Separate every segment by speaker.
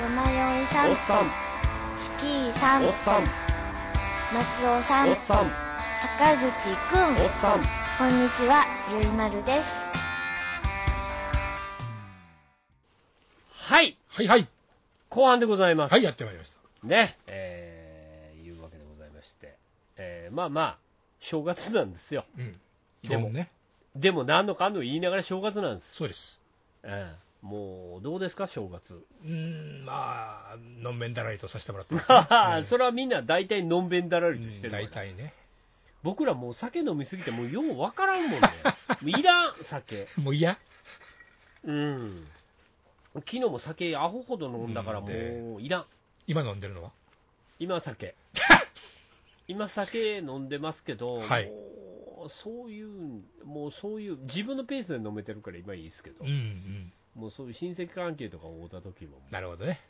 Speaker 1: さん
Speaker 2: さん
Speaker 1: スキーさん
Speaker 2: おっさん
Speaker 1: 松尾さん
Speaker 2: おっさん
Speaker 1: 坂口くん
Speaker 2: おっさん
Speaker 1: こんにちはゆいまるです
Speaker 2: はい
Speaker 3: はいはい。
Speaker 2: 後半でございます、
Speaker 3: はい、やってまいりました。
Speaker 2: ねえー、いうわけでございまして、えーまあまあ正月なんですよ
Speaker 3: うん。
Speaker 2: でも
Speaker 3: 基本ね。
Speaker 2: でも何のかんの言いながら正月なんです、
Speaker 3: そうです。
Speaker 2: ええもうどうですか正月
Speaker 3: うーん、まあ、のんべんだらりとさせてもらってます、ね。
Speaker 2: ああ それはみんな大体のんべん だらりとしてるわ
Speaker 3: 大
Speaker 2: ね
Speaker 3: 体ね。
Speaker 2: 僕らもう酒飲みすぎてもうようわからんもんねもういらん酒
Speaker 3: もう嫌
Speaker 2: うん昨日も酒アホほど飲んだからもういらん
Speaker 3: 今飲んでるのは
Speaker 2: 今 酒今酒飲んでますけど、
Speaker 3: はい
Speaker 2: もうそういうもうそういう自分のペースで飲めてるから今いいですけど、
Speaker 3: うんうん。
Speaker 2: もうそういう親戚関係とかを会った時も
Speaker 3: なるほどね。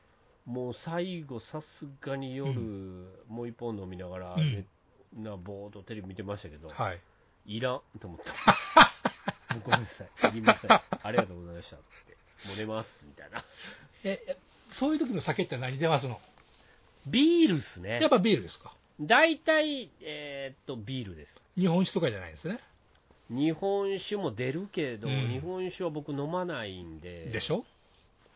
Speaker 2: もう最後さすがに夜、
Speaker 3: う
Speaker 2: もう一本飲みながら、
Speaker 3: うん
Speaker 2: ねなぼーっとテレビ見てましたけど、
Speaker 3: はい。
Speaker 2: いらんと思った。 もうごめんなさい。いりません。ありがとうございました。って。もう寝ます。みたいな。
Speaker 3: え、えそういう時の酒って何出ますの
Speaker 2: ビールっすね
Speaker 3: やっ。ぱビールですか
Speaker 2: 大体、えーっと、ビールです。
Speaker 3: 日本酒とかじゃないですね。
Speaker 2: 日本酒も出るけど、
Speaker 3: うん
Speaker 2: 日本酒は僕飲まないんで。
Speaker 3: でし
Speaker 2: ょ
Speaker 3: ょ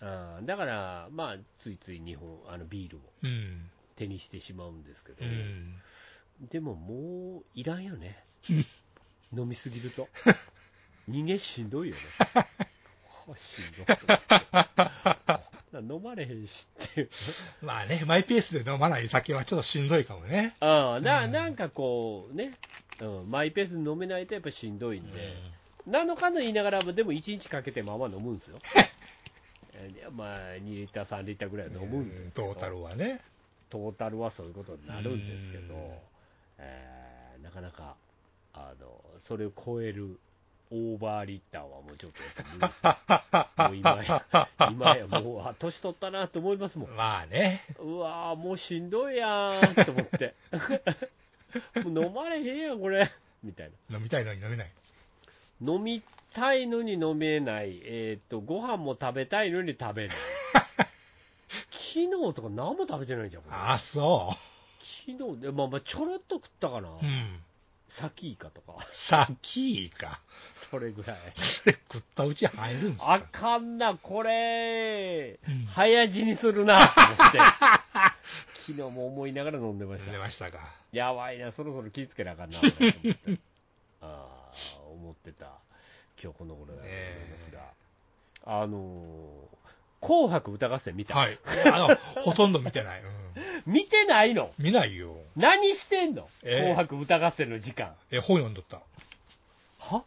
Speaker 2: あーだから、まあ、ついつい日本、あの、ビールを
Speaker 3: うん。
Speaker 2: 手にしてしまうんですけど、
Speaker 3: うん。
Speaker 2: でももう、いらんよね。飲みすぎると。人間しんどいよね。あしんどいこんな飲まれへんしっていう。
Speaker 3: まあね、マイペースで飲まない酒はちょっとしんどいかもね。
Speaker 2: ああな
Speaker 3: うん
Speaker 2: なんかこうね、うん、マイペースに飲めないとやっぱしんどいんで、何のかの言いながらも、でも1日かけてまあまあ飲むんです よ、えーまあ、2リッター、3リッターぐらいは飲むんですけど、
Speaker 3: トータルはね。
Speaker 2: トータルはそういうことになるんですけど
Speaker 3: うん、
Speaker 2: えーなかなかあのそれを超えるオーバーリッターはもうちょっとやっぱ無理ですねもう今や、今やもう、あ年取ったなと思いますもん。
Speaker 3: まあね。
Speaker 2: うわーもうしんどいやーと思って、 もう飲まれへんやん、これ、みたい
Speaker 3: 飲みたいのに飲めない。
Speaker 2: な、飲みたいのに飲めない、えーっとご飯も食べたいのに食べない、昨日とか何も食べてないじゃん、これ
Speaker 3: ああ、そ
Speaker 2: 昨日で、まあ、まあちょろっと食ったかな、
Speaker 3: う。うん。
Speaker 2: サキイカとか、
Speaker 3: さっきか。
Speaker 2: それぐらい、
Speaker 3: それ食ったうち入るんです
Speaker 2: あ
Speaker 3: か
Speaker 2: かんな、これ、
Speaker 3: うん
Speaker 2: 早死にするなと思って、昨日も思いながら飲んでました
Speaker 3: 出。ましたか。
Speaker 2: やばいな、そろそろ気ぃつけなあかんな、俺と思って ああ、思ってた、今日この頃だと思いますが、あのー紅白歌合戦見た、
Speaker 3: はい。あの、ほとんど見てない。うん
Speaker 2: 見てないの
Speaker 3: 見ないよ。
Speaker 2: 何してんの、
Speaker 3: ええ
Speaker 2: 紅白歌合戦の時間。
Speaker 3: え、本読んどった。
Speaker 2: は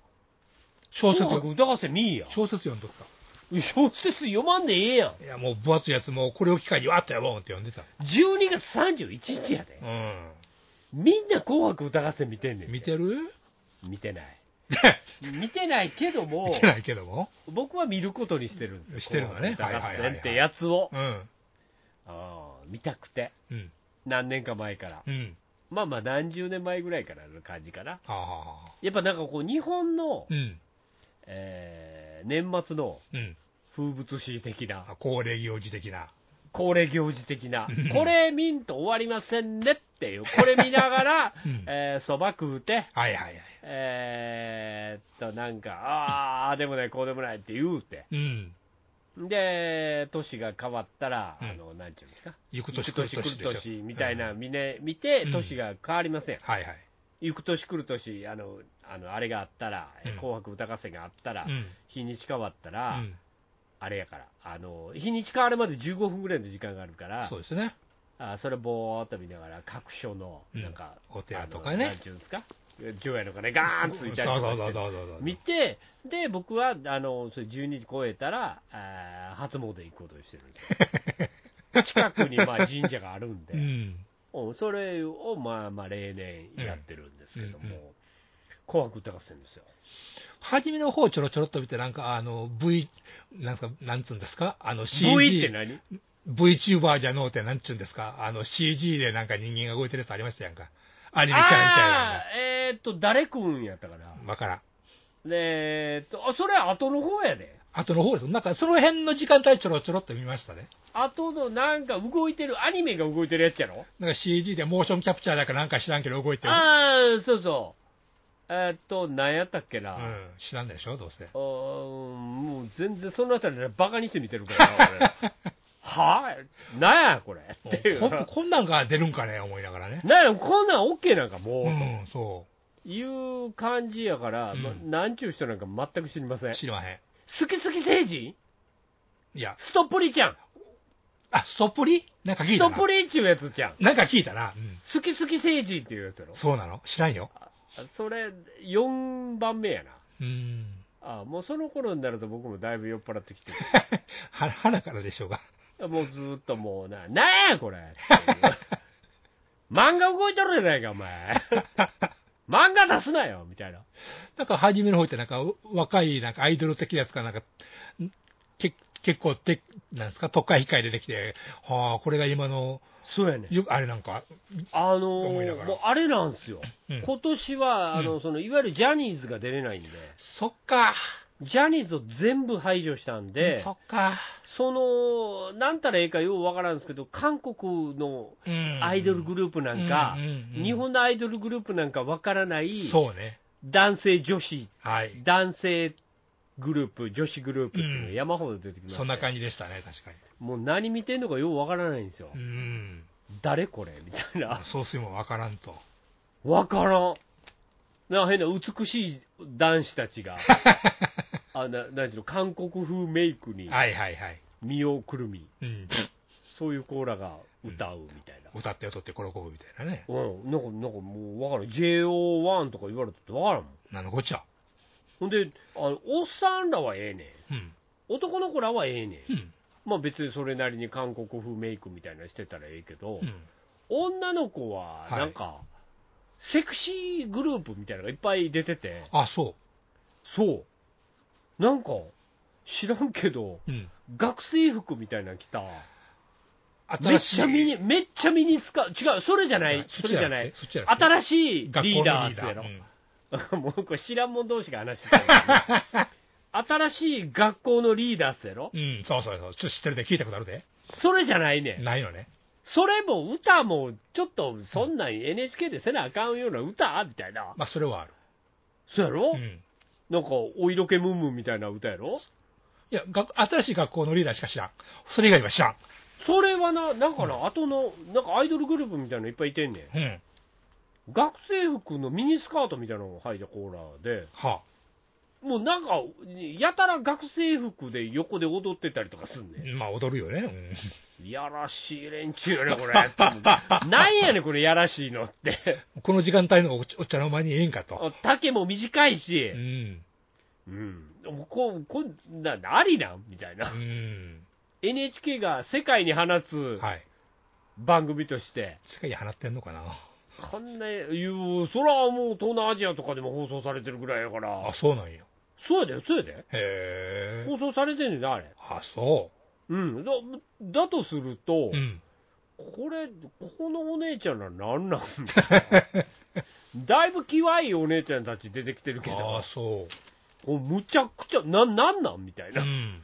Speaker 3: 小説
Speaker 2: 紅、白歌合戦見いや。
Speaker 3: 小説読んどった。
Speaker 2: 小説読まんでええやん。
Speaker 3: いや、もう分厚いやつ、もうこれを機会にわっとやろうって読んでた。
Speaker 2: 12月31日やで。
Speaker 3: う
Speaker 2: みんな紅白歌合戦見てんねん。
Speaker 3: ん。見てる
Speaker 2: 見てない。見てないけども。
Speaker 3: 見てないけども。
Speaker 2: 僕は見ることにしてるんですよ、
Speaker 3: してるのね
Speaker 2: 紅白歌合
Speaker 3: はいはいはい
Speaker 2: 戦
Speaker 3: はい
Speaker 2: ってやつを、
Speaker 3: うん。
Speaker 2: ああ見たくて、
Speaker 3: うん。
Speaker 2: 何年か前から、
Speaker 3: うん。
Speaker 2: まあまあ、何十年前ぐらいからの感じかな、
Speaker 3: はあはあはあ。
Speaker 2: やっぱなんかこう、日本の、
Speaker 3: うん。
Speaker 2: えー年末の
Speaker 3: うん。
Speaker 2: 風物詩的な、
Speaker 3: あ恒例行事的な。
Speaker 2: 恒例行事的な
Speaker 3: うん、
Speaker 2: これ見んと終わりませんねっていう、これ見なが ら
Speaker 3: うん、
Speaker 2: えーそば、食うて、
Speaker 3: はいはいはい。
Speaker 2: えーっと、なんか、ああ、でもない、こうでもないって言うて。
Speaker 3: うん。
Speaker 2: で、年が変わったら、
Speaker 3: うん
Speaker 2: あの、なんていうんですか、
Speaker 3: 行く年
Speaker 2: 行く
Speaker 3: 来る年でしょ
Speaker 2: 来る年みたいな、
Speaker 3: う
Speaker 2: みね見て、
Speaker 3: うん
Speaker 2: 年が変わりません、
Speaker 3: はいはい。
Speaker 2: 行く年来る年、あのあのあれがあったら、
Speaker 3: うん
Speaker 2: 紅白歌合戦があったら、
Speaker 3: うん。
Speaker 2: 日にち変わった
Speaker 3: う
Speaker 2: ら、
Speaker 3: ん。
Speaker 2: あれやからあの、日にち変わるまで15分ぐらいの時間があるから、
Speaker 3: そうですね。
Speaker 2: あそれ、ぼーっと見ながら、各所の、
Speaker 3: うん
Speaker 2: なんか、
Speaker 3: お寺とか
Speaker 2: あの
Speaker 3: ね
Speaker 2: なんていうんですか、除夜の鐘、ガーンついたりとかして
Speaker 3: そうそうそうそうそうそう
Speaker 2: 見て、で、僕は、あの、それ12時超えたら、あー初詣行くことにしてるんです よ。近くに、まあ、神社があるんで、
Speaker 3: うん。
Speaker 2: うんそれを、まあまあ、例年やってるんですけども、
Speaker 3: うんうんうん
Speaker 2: 紅白歌合戦ですよ。
Speaker 3: 初めの方ちょろちょろっと見て、なんかあの V、なんすか、なんつうんですか、あの CG。
Speaker 2: V って何
Speaker 3: VTuber じゃのうてなんちゅうんですか、あの CG でなんか人間が動いてるやつありましたやんか。アニメキャラみたい
Speaker 2: あ
Speaker 3: な
Speaker 2: ーえーっと、誰くんやったかな
Speaker 3: のが。わからん。
Speaker 2: で、えーっと、あそれ後の方やで。
Speaker 3: 後の方です。なんかその辺の時間帯ちょろちょろっと見ましたね。
Speaker 2: 後のなんか動いてる、アニメが動いてるやつやろ
Speaker 3: なんか CG でモーションキャプチャーだかなんか知らんけど動いてる。
Speaker 2: ああ、そうそう。えーっと、何やったっけな。
Speaker 3: う
Speaker 2: うん
Speaker 3: ん、知らんでしょ、ど うせ。
Speaker 2: もう全然そのあたりでバカにして見てるから な、俺はぁ、なんやこれっていう
Speaker 3: ほんとこんなんが出るんかね、思いながらね。
Speaker 2: なんやこんなん OK なんかもう、
Speaker 3: うん、そ
Speaker 2: いう感じやから、
Speaker 3: うん
Speaker 2: まなんちゅう人なんか全く知りません。
Speaker 3: う。
Speaker 2: 好
Speaker 3: 知りまへん。
Speaker 2: き好き星人
Speaker 3: いや、
Speaker 2: ストップリちゃん。
Speaker 3: あ、ストップリなんか聞
Speaker 2: ス
Speaker 3: い
Speaker 2: ト
Speaker 3: た
Speaker 2: ッ
Speaker 3: な
Speaker 2: プ。リちゅうやつじゃん。
Speaker 3: なんか聞いたな。うん。
Speaker 2: 好き好き星人っていうやつやろ。
Speaker 3: そうなの知らんよ。
Speaker 2: あそれ、4番目やな。
Speaker 3: うん。
Speaker 2: あもうその頃になると僕もだいぶ酔っ払ってきて
Speaker 3: は、はなからでしょうが。
Speaker 2: る、もうずーっともうな、なんやこれっていう 漫画動いとるじゃないか、お前。漫画出すなよみたいな。
Speaker 3: なんか初めの方ってなんか若いなんかアイドル的なやつかなんか、んけ結構て、なんですか、特会控え出てきて、はあ、これが今の、
Speaker 2: そうやね
Speaker 3: よあれなんか、
Speaker 2: あの
Speaker 3: 思いな
Speaker 2: ー
Speaker 3: がら
Speaker 2: もうあれなんですよ、
Speaker 3: うん
Speaker 2: 今年はあの、
Speaker 3: う
Speaker 2: そのいわゆるジャニーズが出れないんで、
Speaker 3: そっか、
Speaker 2: ジャニーズを全部排除したんで、
Speaker 3: そっか、
Speaker 2: そのなんたらええかようわからんですけど、韓国の
Speaker 3: うん
Speaker 2: アイドルグループなんか、
Speaker 3: うんうんうん
Speaker 2: 日本のアイドルグループなんかわからない
Speaker 3: そうね、
Speaker 2: 男性女子、
Speaker 3: はい、
Speaker 2: 男性グループ、女子グループっていうのが
Speaker 3: うん
Speaker 2: 山ほど出てきました、
Speaker 3: そんな感じでしたね、確か
Speaker 2: もう何見てんのかようわからないんですよ、
Speaker 3: に。うん、
Speaker 2: 誰これみたいな。
Speaker 3: 総帥もわからんと。
Speaker 2: わからん。なんか変な美しい男子たち が、あななんていうの韓国風メイクに
Speaker 3: はいはいはい。
Speaker 2: 身をくるみ、
Speaker 3: うん、
Speaker 2: そういうコーラが歌うみたいな。
Speaker 3: 歌って踊って喜ぶみたいなね。
Speaker 2: うん、なんか、なんかもうわからん。JO1 とか言われててわからんもん。
Speaker 3: なのごっちゃ。
Speaker 2: ほんで、あの、おっさんらはええね
Speaker 3: うん。
Speaker 2: ん。男の子らはええねん。
Speaker 3: うん。
Speaker 2: まあ別にそれなりに韓国風メイクみたいなのしてたらええけど、
Speaker 3: うん。
Speaker 2: 女の子はなんか、セクシーグループみたいなのがいっぱい出てて、
Speaker 3: あ、そ
Speaker 2: そう。なんか、知らんけど、
Speaker 3: う。うん。
Speaker 2: 学生服みたいなの着た。めっ
Speaker 3: 新しい。
Speaker 2: ちゃミニ、めっちゃミニスカ、違う、それじゃない、
Speaker 3: そ
Speaker 2: そ
Speaker 3: っち
Speaker 2: れ
Speaker 3: や
Speaker 2: じ
Speaker 3: な
Speaker 2: ゃない。
Speaker 3: そっちやな
Speaker 2: 新しいリ
Speaker 3: 学校の
Speaker 2: ーダーっすやろ
Speaker 3: リ。ーダー
Speaker 2: もうこれ知らん者同士が話して るからね新しい学校のリーダーっすやろ
Speaker 3: う。ん、うんそうそうそう。ちょっと知ってるで聞いたことあるで。
Speaker 2: それじゃないねん。
Speaker 3: ないのね。
Speaker 2: それも歌も、ちょっとそんなん NHK でせなあかんような歌みたいな。
Speaker 3: まあ、それはある。
Speaker 2: そうやろ、
Speaker 3: うん。
Speaker 2: なんか、お色気ムンムンみたいな歌やろ
Speaker 3: いや、学新しい学校のリーダーしか知らん。それ以外は知らん。
Speaker 2: それはな、だから、後の、なんかアイドルグループみたいなのいっぱいいてんねん。
Speaker 3: うん。
Speaker 2: 学生服のミニスカートみたいなのを履いたコーラで、
Speaker 3: は
Speaker 2: もうなんか、やたら学生服で横で踊ってたりとかすん
Speaker 3: あ
Speaker 2: ね。
Speaker 3: まあ、踊るよね。
Speaker 2: ん。いやらしい連中やね、これ。なんやねん、これ、やらしいのって。
Speaker 3: うん。この時間帯のおお茶の間にええんかと。
Speaker 2: 丈も短いうし、
Speaker 3: ん。
Speaker 2: うん。こう、こんな、ありなんみたいな
Speaker 3: う。ん。
Speaker 2: NHK が世界に放つ
Speaker 3: はい。
Speaker 2: 番組として、
Speaker 3: 世界に放ってんのかな。
Speaker 2: こんな、いう、そらもう東南アジアとかでも放送されてるぐらいやか
Speaker 3: あ
Speaker 2: ら、、
Speaker 3: そうなんよ。
Speaker 2: そうやで、そうやで。
Speaker 3: へえ。
Speaker 2: 放送されてんねんな、あれ。
Speaker 3: あ、そ
Speaker 2: うん、だだとすると、
Speaker 3: う。うん。
Speaker 2: これ、このお姉ちゃんらなんなんだいぶきわいいお姉ちゃんたち出てきてるけ
Speaker 3: あ
Speaker 2: ど
Speaker 3: あ、、そう。
Speaker 2: こうむちゃくちゃ、ななんなんみたいうな、
Speaker 3: ん。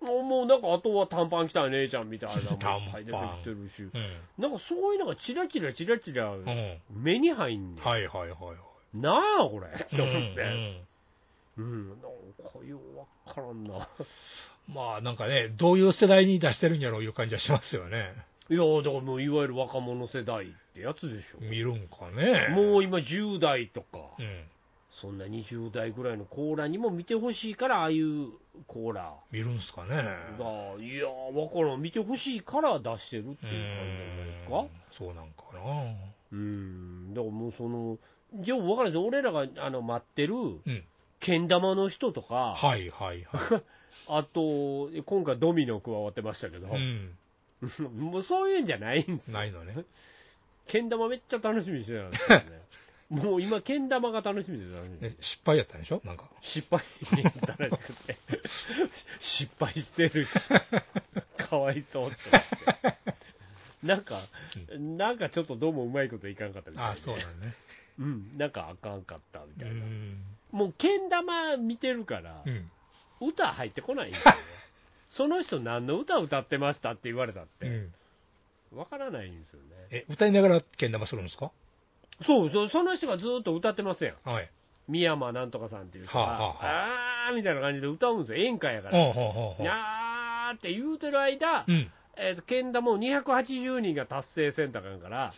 Speaker 2: もうなんかあとは短パン着た姉ちゃんみたいなのもいっぱい出て
Speaker 3: 短パ
Speaker 2: き
Speaker 3: ン
Speaker 2: てるし、
Speaker 3: うん。
Speaker 2: なんかそういうのがチラチラチラチラ
Speaker 3: うん。
Speaker 2: 目に入んねん、
Speaker 3: はいはいはいはい。
Speaker 2: なあ、これ って思っ
Speaker 3: う
Speaker 2: て、
Speaker 3: ん
Speaker 2: うん、なんかようわからんな。
Speaker 3: まあなんかね、どういう世代に出してるんやろういう感じはしますよね。
Speaker 2: いやだからもういわゆる若者世代ってやつでしょ。
Speaker 3: 見るんかね。
Speaker 2: もう今10代とか、
Speaker 3: うん。
Speaker 2: そんな20代ぐらいのコーラにも見てほしいから、ああいうコーラ
Speaker 3: 見るんすかね。
Speaker 2: が、いやー、わからん、見てほしいから出してるっていう感じじゃないですか。
Speaker 3: そうなんかな。
Speaker 2: うん、だからもうその、でも分からんです俺らがあの待ってる
Speaker 3: うん、
Speaker 2: けん玉の人とか、
Speaker 3: はいはいは
Speaker 2: あと、今回、ドミノ加わってましたけど、
Speaker 3: い。うん。
Speaker 2: もうそういうんじゃないんですよ
Speaker 3: な、いのね。
Speaker 2: けん玉めっちゃ楽しみにしてたんですけど ね、もう今、けん玉が楽しみで楽しみで
Speaker 3: え失敗やったんでしょなんか。
Speaker 2: 失敗になったらしく て、失敗してるし、かわいそうって思ってなんか、なんかちょっとどうもうまいこといかんかったみたい
Speaker 3: あ
Speaker 2: で
Speaker 3: そうなんね。
Speaker 2: うん、なんかあかんかったみ
Speaker 3: う
Speaker 2: たいな、
Speaker 3: ん。
Speaker 2: もうけん玉見てるから
Speaker 3: う、ん。
Speaker 2: 歌入ってこないん ですよねその人何の歌歌ってましたって言われたっ
Speaker 3: う
Speaker 2: て、
Speaker 3: ん。
Speaker 2: わからないんですよね。
Speaker 3: え、歌いながらけん玉するんですか
Speaker 2: そうそう、その人がずーっと歌ってますやん。
Speaker 3: はい。
Speaker 2: 三山なんとかさんっていう人が、
Speaker 3: はあはあ
Speaker 2: あーみたいな感じで歌うんですよ。演歌やか
Speaker 3: ほう
Speaker 2: ら。
Speaker 3: ほうほうほ
Speaker 2: に
Speaker 3: う。
Speaker 2: ゃーって言うてる間、
Speaker 3: うん。
Speaker 2: えー、とけん玉を280人が達成せんたかん から、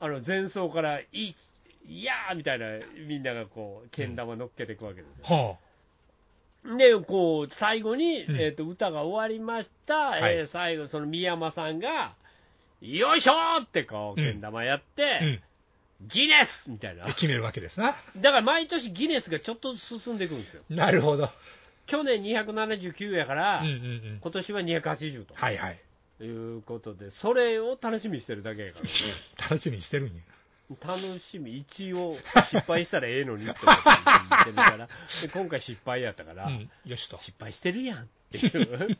Speaker 2: あの前奏からいい、いやーみたいな、みんながこう、けん玉乗っけていくわけですよ。
Speaker 3: は
Speaker 2: で、こう、最後に、
Speaker 3: うん
Speaker 2: えっと歌が終わりました、
Speaker 3: はい
Speaker 2: えー最後、その宮山さんが、よいしょーってこう、
Speaker 3: う
Speaker 2: け
Speaker 3: ん
Speaker 2: ん玉やっ
Speaker 3: あ。うん
Speaker 2: て、。ギネスみたいな
Speaker 3: で、。決めるわけですな。
Speaker 2: だから毎年ギネスがちょっとずつ進んでいくんですよ。
Speaker 3: なるほど。
Speaker 2: 去年279やから、
Speaker 3: うんうんうん。
Speaker 2: 今年は280と、
Speaker 3: はいはい。
Speaker 2: い、うことで、それを楽しみにしてるだけやからね。
Speaker 3: 楽しみにしてるんや。
Speaker 2: 楽しみ、一応、失敗したらええのにって思って見てる から、で今回失敗やったから、
Speaker 3: うん。よしと。
Speaker 2: 失敗してるやんって いう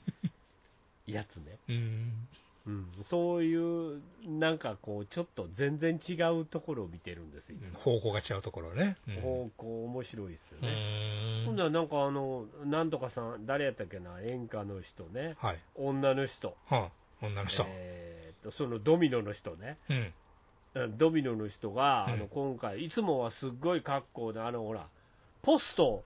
Speaker 2: やつね、
Speaker 3: うん。
Speaker 2: うん、そういう、なんかこう、ちょっと全然違うところを見てるんです、いつも
Speaker 3: 方向が違うところね。うん
Speaker 2: 方向、面白いですよ
Speaker 3: う
Speaker 2: ね。
Speaker 3: ー
Speaker 2: 今
Speaker 3: ん
Speaker 2: 度はなんかあの、なんとかさん、誰やったっけな、演歌の人ね、
Speaker 3: はい。
Speaker 2: 女の人、
Speaker 3: はあ、女の人。
Speaker 2: えーっとそのドミノの人ね、
Speaker 3: うん。
Speaker 2: うんドミノの人が、
Speaker 3: うん
Speaker 2: あの今回、いつもはすっごい格好で、あのほら、ポスト、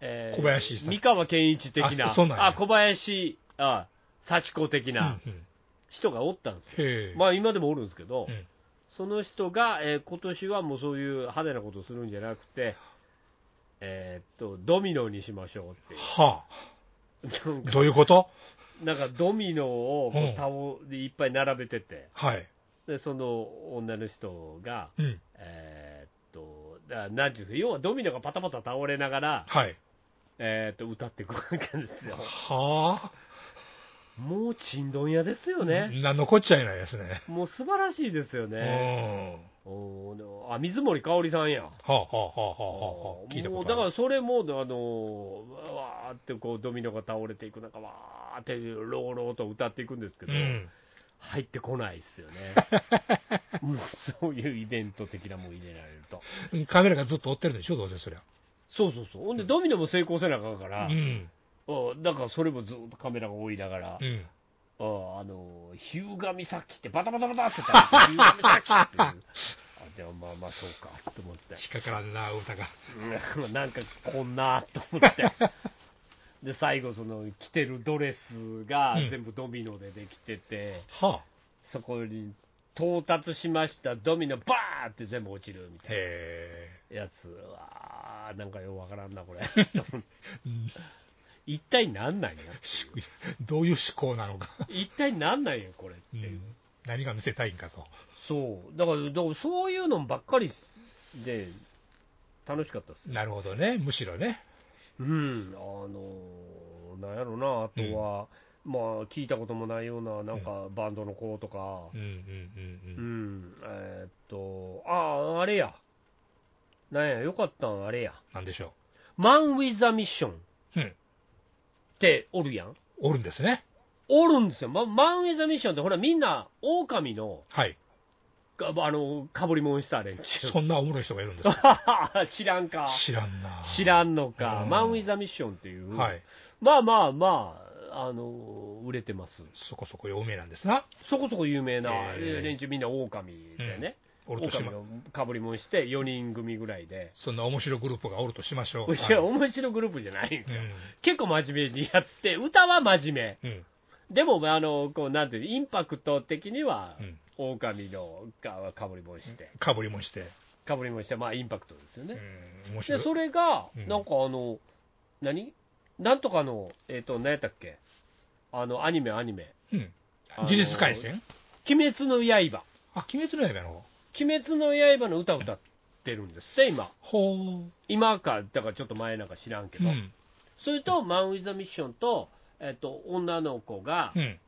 Speaker 2: え
Speaker 3: 小林さん
Speaker 2: 三河健一的な、
Speaker 3: あそそうなんや
Speaker 2: あ小林あ幸子的
Speaker 3: う
Speaker 2: なん
Speaker 3: うん
Speaker 2: 人がおったんですよ、
Speaker 3: へえ。
Speaker 2: まあ今でもおるんですけど、
Speaker 3: うん
Speaker 2: その人が、えー今年はもうそういう派手なことをするんじゃなくて、えーっとドミノにしましょうっていう。
Speaker 3: は
Speaker 2: なん
Speaker 3: あ。
Speaker 2: か
Speaker 3: どういうこと
Speaker 2: なんかドミノをこ
Speaker 3: うん
Speaker 2: う顔でいっぱい並べてて、
Speaker 3: はい。
Speaker 2: でその女の人が、
Speaker 3: うん。
Speaker 2: えーっと、だなんていうの要はドミノがパタパタ倒れながら、
Speaker 3: はい。
Speaker 2: えーっと歌っていくわけですよ。
Speaker 3: は
Speaker 2: もうちんどん屋ですよ
Speaker 3: あ。
Speaker 2: ね。
Speaker 3: なんのこっちゃいないですね。
Speaker 2: もう素晴らしいですよ
Speaker 3: うん。
Speaker 2: ね。
Speaker 3: は
Speaker 2: おーあ、水森かおりさんや。
Speaker 3: あ、はあ、はあ、はあ、はあ。聞いた
Speaker 2: も
Speaker 3: こ
Speaker 2: うだ
Speaker 3: と
Speaker 2: か
Speaker 3: あ
Speaker 2: ら
Speaker 3: る。
Speaker 2: それも、あのわーってこうドミノが倒れていく中、わーってローローと歌っていくんですけど、
Speaker 3: うん。
Speaker 2: 入ってこないです よね。もうそういうイベント的なもん入れられると。
Speaker 3: カメラがずっと追ってるでしょ、どうせそりゃ。
Speaker 2: そうそうそう。ほんで、ドミノも成功せなあかんから
Speaker 3: う、
Speaker 2: う
Speaker 3: ん。
Speaker 2: んだからそれもずっとカメラが追いながら、
Speaker 3: うん。
Speaker 2: ああの、日向岬ってバタバタバタって倒れて、日向岬 っていう。あでもまあまあそうかと思って
Speaker 3: 引っかからんな、歌が。
Speaker 2: うん なんかこんなと思 ってで最後その着てるドレスが
Speaker 3: うん
Speaker 2: 全部ドミノでできてて、
Speaker 3: はあ。
Speaker 2: そこに到達しましたドミノバーって全部落ちるみたい
Speaker 3: へ
Speaker 2: なやつうわーなんかようわからんなこれ と思って
Speaker 3: え。うん
Speaker 2: 一体なんなんや
Speaker 3: しどういう思考なのか。
Speaker 2: 一体なんなんやこれって
Speaker 3: う
Speaker 2: いう、
Speaker 3: ん。何が見せたいんかと。
Speaker 2: そう、だから、だからそういうのばっかりで、楽しかったです。
Speaker 3: なるほどね。むしろね。
Speaker 2: うん、あの、なんやろな、あとは、まあ、聞いたこともないような、なんか、バンドの子とか
Speaker 3: う、んうん
Speaker 2: う、
Speaker 3: うんん
Speaker 2: えーっと、ああ、あれや、なんや、よかったん、あれや、
Speaker 3: うん。なんでしょ
Speaker 2: マン・ウィザ・ミッションっ
Speaker 3: う。うん。
Speaker 2: ておるやん。
Speaker 3: おるんですね。
Speaker 2: おるんですよ、ま、マン・ウィザ・ミッションって、ほら、みんな、狼の、
Speaker 3: はい。
Speaker 2: かあの、かぶりもんした連中。
Speaker 3: そんなおもろい人がいるんですか
Speaker 2: 知らんか。
Speaker 3: 知らんな。
Speaker 2: 知らんのか、
Speaker 3: うん
Speaker 2: マン・ウィザ・ミッションっていう、
Speaker 3: はい。
Speaker 2: まあまあまあ、あの売れてます、
Speaker 3: そこそこ有名なんですな。
Speaker 2: そこそこ有名な
Speaker 3: へー
Speaker 2: 連中、みんな狼でね、
Speaker 3: おるとし
Speaker 2: 狼
Speaker 3: ま、
Speaker 2: のかぶりもんして、4人組ぐらいで、
Speaker 3: そんな面白いグループがおるとしましょう。
Speaker 2: いや、
Speaker 3: はい
Speaker 2: 面白いグループじゃないんです
Speaker 3: う
Speaker 2: よ、
Speaker 3: ん
Speaker 2: 結構真面目にやって、歌は真面
Speaker 3: うん。
Speaker 2: 目、でも、あのこうなんていうのインパクト的には
Speaker 3: うん、
Speaker 2: 狼のかかぶりもんして、
Speaker 3: かぶりもして。
Speaker 2: かぶりもんして、まあ、インパクトですよね。
Speaker 3: うん。面白
Speaker 2: で
Speaker 3: い。
Speaker 2: それが、
Speaker 3: うん
Speaker 2: なんかあの、何なんとかの、えっ、と、何やったっけあの、アニメ、アニメ。
Speaker 3: うん。
Speaker 2: あの
Speaker 3: 事実回線
Speaker 2: 鬼滅の刃。
Speaker 3: あ、鬼滅の刃の。
Speaker 2: 鬼滅の刃の歌を歌ってるんですって、今。
Speaker 3: ほう。
Speaker 2: 今か、だからちょっと前なんか知らんけど。
Speaker 3: うん。
Speaker 2: それと、マン・ウィザ・ミッションと、えっ、と、女の子が、
Speaker 3: うん。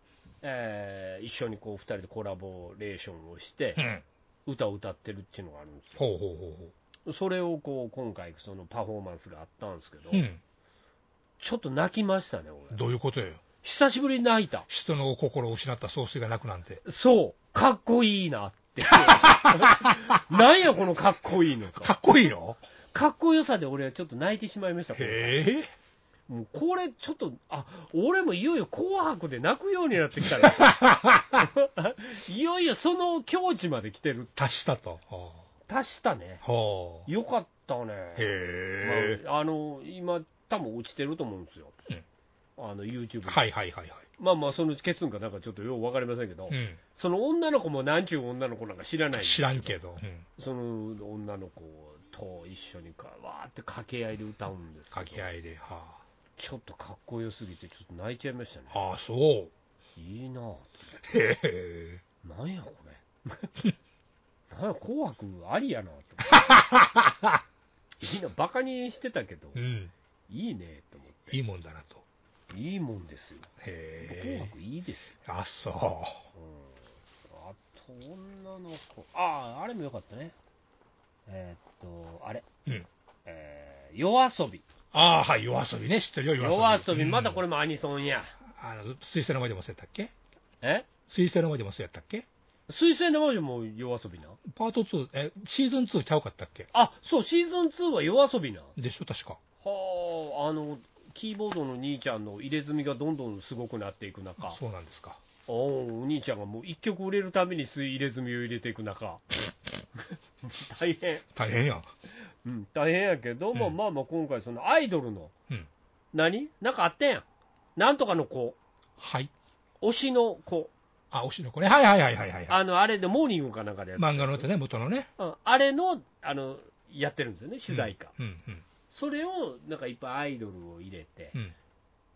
Speaker 2: えー一緒にこう、二人でコラボレーションをして
Speaker 3: う、ん。
Speaker 2: 歌を歌ってるっていうのがあるんですよ。
Speaker 3: ほうほうほうほ
Speaker 2: それをこう、今回、そのパフォーマンスがあったんですけど、
Speaker 3: う。うん。
Speaker 2: ちょっと泣きましたね、俺。
Speaker 3: どういうことよ。
Speaker 2: 久しぶりに泣いた。
Speaker 3: 人の心を失った総帥がなくなんて。
Speaker 2: そう、か っこいいなって。なんやこのかっこいいの
Speaker 3: か
Speaker 2: か。
Speaker 3: っこいいよ。
Speaker 2: かっこよさで俺はちょっと泣いてしまいました、これ
Speaker 3: へえ。
Speaker 2: もうこれちょっと、あ俺もいよいよ紅白で泣くようになってきたな いよいよその境地まで来てる、
Speaker 3: 達したと。は
Speaker 2: 達したね、
Speaker 3: あ。はあ
Speaker 2: よかった
Speaker 3: へ
Speaker 2: ね、
Speaker 3: え。
Speaker 2: まあ、あの今、多分落ちてると思うんですよ、
Speaker 3: うん
Speaker 2: あの YouTube で、
Speaker 3: はいはいはいは
Speaker 2: まあまあ、そのうち消すんかなんかちょっとよう分かりませんけど、
Speaker 3: い。うん。
Speaker 2: その女の子もなんちゅう女の子なんか知らない
Speaker 3: 知らんけど。うん。
Speaker 2: その女の子と一緒にかわーって掛け合いで歌うんです
Speaker 3: 掛
Speaker 2: け
Speaker 3: け
Speaker 2: ど
Speaker 3: 合いで。は
Speaker 2: ちょっとかっこよすぎてちょっと泣いちゃいましたね
Speaker 3: あ。ああ、そう。
Speaker 2: いいなぁ
Speaker 3: へえ。
Speaker 2: なんやこれなんや紅白ありやなぁ といいなバカにしてたけど
Speaker 3: うん。
Speaker 2: いいねと思っ
Speaker 3: いいもんだなと。
Speaker 2: ていいもんですよ紅
Speaker 3: へえ。
Speaker 2: 白いいですよ、
Speaker 3: あ、そ
Speaker 2: うん、あと女の子あああれもよかったねえーっとあれ、
Speaker 3: うん
Speaker 2: えー夜遊び
Speaker 3: う。ああ、はい。夜遊びね。知ってるよ、
Speaker 2: 夜遊び
Speaker 3: うん
Speaker 2: まだこれもアニソンや、
Speaker 3: あの、水星の前でもそうやったっけ
Speaker 2: え
Speaker 3: 水星の前でもそうやったっけ
Speaker 2: 水星の魔女も夜遊びな
Speaker 3: パート2、え、シーズン2ちゃうかったっけ
Speaker 2: あそうシーズン2は夜遊びな
Speaker 3: でしょ、確か。
Speaker 2: はああのキーボードの兄ちゃんの入れ墨がどんどんすごくなっていく中
Speaker 3: そうなんですか。
Speaker 2: おうお兄ちゃんがもう一曲売れるために吸い入れ墨を入れていく中大変、
Speaker 3: 大変やん。
Speaker 2: うん、大変やけども、
Speaker 3: うん
Speaker 2: まあまあ今回そのアイドルの、
Speaker 3: うん
Speaker 2: 何なんかあったやんなんとかの子
Speaker 3: はい。
Speaker 2: 推しの子
Speaker 3: あ、推しの子ね。はいはいはいはいはい。
Speaker 2: あのあれでモーニングかなんかでやって
Speaker 3: 漫画の歌ね、元のね。
Speaker 2: うんあれのあのやってるんですよね主題歌、
Speaker 3: うんうん
Speaker 2: それをなんかいっぱいアイドルを入れて、
Speaker 3: うん。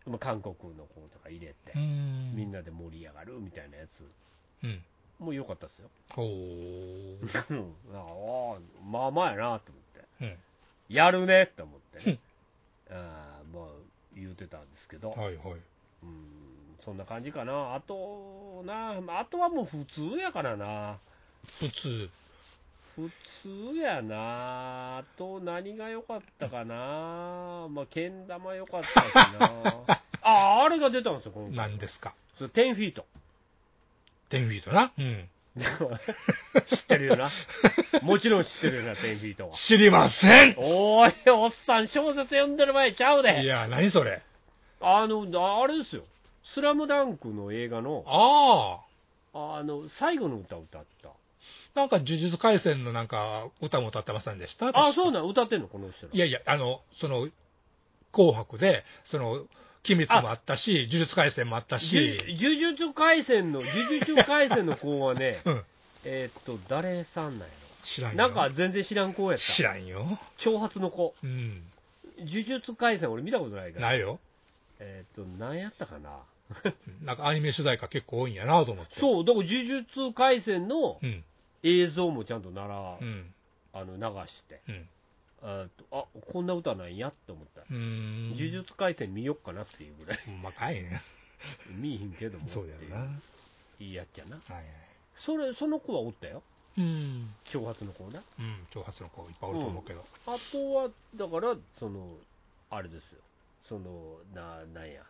Speaker 2: まあ、韓国の子とか入れて
Speaker 3: う、ん。
Speaker 2: みんなで盛り上がるみたいなやつ
Speaker 3: うん。
Speaker 2: もう良かったですよ。
Speaker 3: ほう。
Speaker 2: うんああ、まあまあやなと思って。
Speaker 3: うん。
Speaker 2: やるねと思ってね。ああまあ、言うてたんですけど、
Speaker 3: はいはい。
Speaker 2: うん、そんな感じかな。あとな、まああとはもう普通やからな。
Speaker 3: 普通。
Speaker 2: 普通やな。あと何が良かったかな。まあ、けん玉良かったし な。ああ、あれが出たんですよ、今回。
Speaker 3: 何ですか。
Speaker 2: そう10フィート。
Speaker 3: 10フィートな。うん。
Speaker 2: 知ってるよな。もちろん知ってるよな、10フィートは。
Speaker 3: 知りません
Speaker 2: おい、おっさん、小説読んでる前ちゃう
Speaker 3: い
Speaker 2: で。
Speaker 3: や、何それ。
Speaker 2: あの、ああれですよ。スラムダンクの映画の、
Speaker 3: ああ。
Speaker 2: あの、最後の歌を歌った。
Speaker 3: なんか、呪術廻戦のなんか、歌も歌ってませんでした
Speaker 2: あ、そう
Speaker 3: う
Speaker 2: なん、歌ってんの、この人ら
Speaker 3: い。やいや、あの、その、紅白で、その、鬼滅もあったし、呪術廻戦もあった
Speaker 2: 呪
Speaker 3: し、、
Speaker 2: 呪術廻戦の、呪術廻戦の子はね
Speaker 3: うん。
Speaker 2: えーっと、誰さんなんや
Speaker 3: 知らん
Speaker 2: ろ。
Speaker 3: よ。
Speaker 2: なんか全然知らん子やっ
Speaker 3: 知
Speaker 2: た。
Speaker 3: らんよ。
Speaker 2: 長髪の子。
Speaker 3: うん。
Speaker 2: 呪術廻戦俺見たことないから。
Speaker 3: ないよ。
Speaker 2: えーっと、何やったかな。
Speaker 3: なんかアニメ主題歌結構多いんやなと思って。う。
Speaker 2: そう、だから呪術廻戦の
Speaker 3: うん。
Speaker 2: 映像もちゃんとなら、
Speaker 3: うん。
Speaker 2: あの流して。
Speaker 3: うん。
Speaker 2: あとあこんな歌なんやって思った、
Speaker 3: うーん。
Speaker 2: 呪術廻戦見よっかなっていうぐらい、
Speaker 3: ほんまかいね。
Speaker 2: 見いひんけどもって
Speaker 3: そう
Speaker 2: い
Speaker 3: や
Speaker 2: う
Speaker 3: ろな。はい
Speaker 2: いいやっちゃな、
Speaker 3: はい。
Speaker 2: それその子はおったよ、
Speaker 3: うん。
Speaker 2: 挑発の子な、
Speaker 3: うん。挑発の子いっぱいおると思うけど。
Speaker 2: あとはだから、そのあれですよ、そのななんや、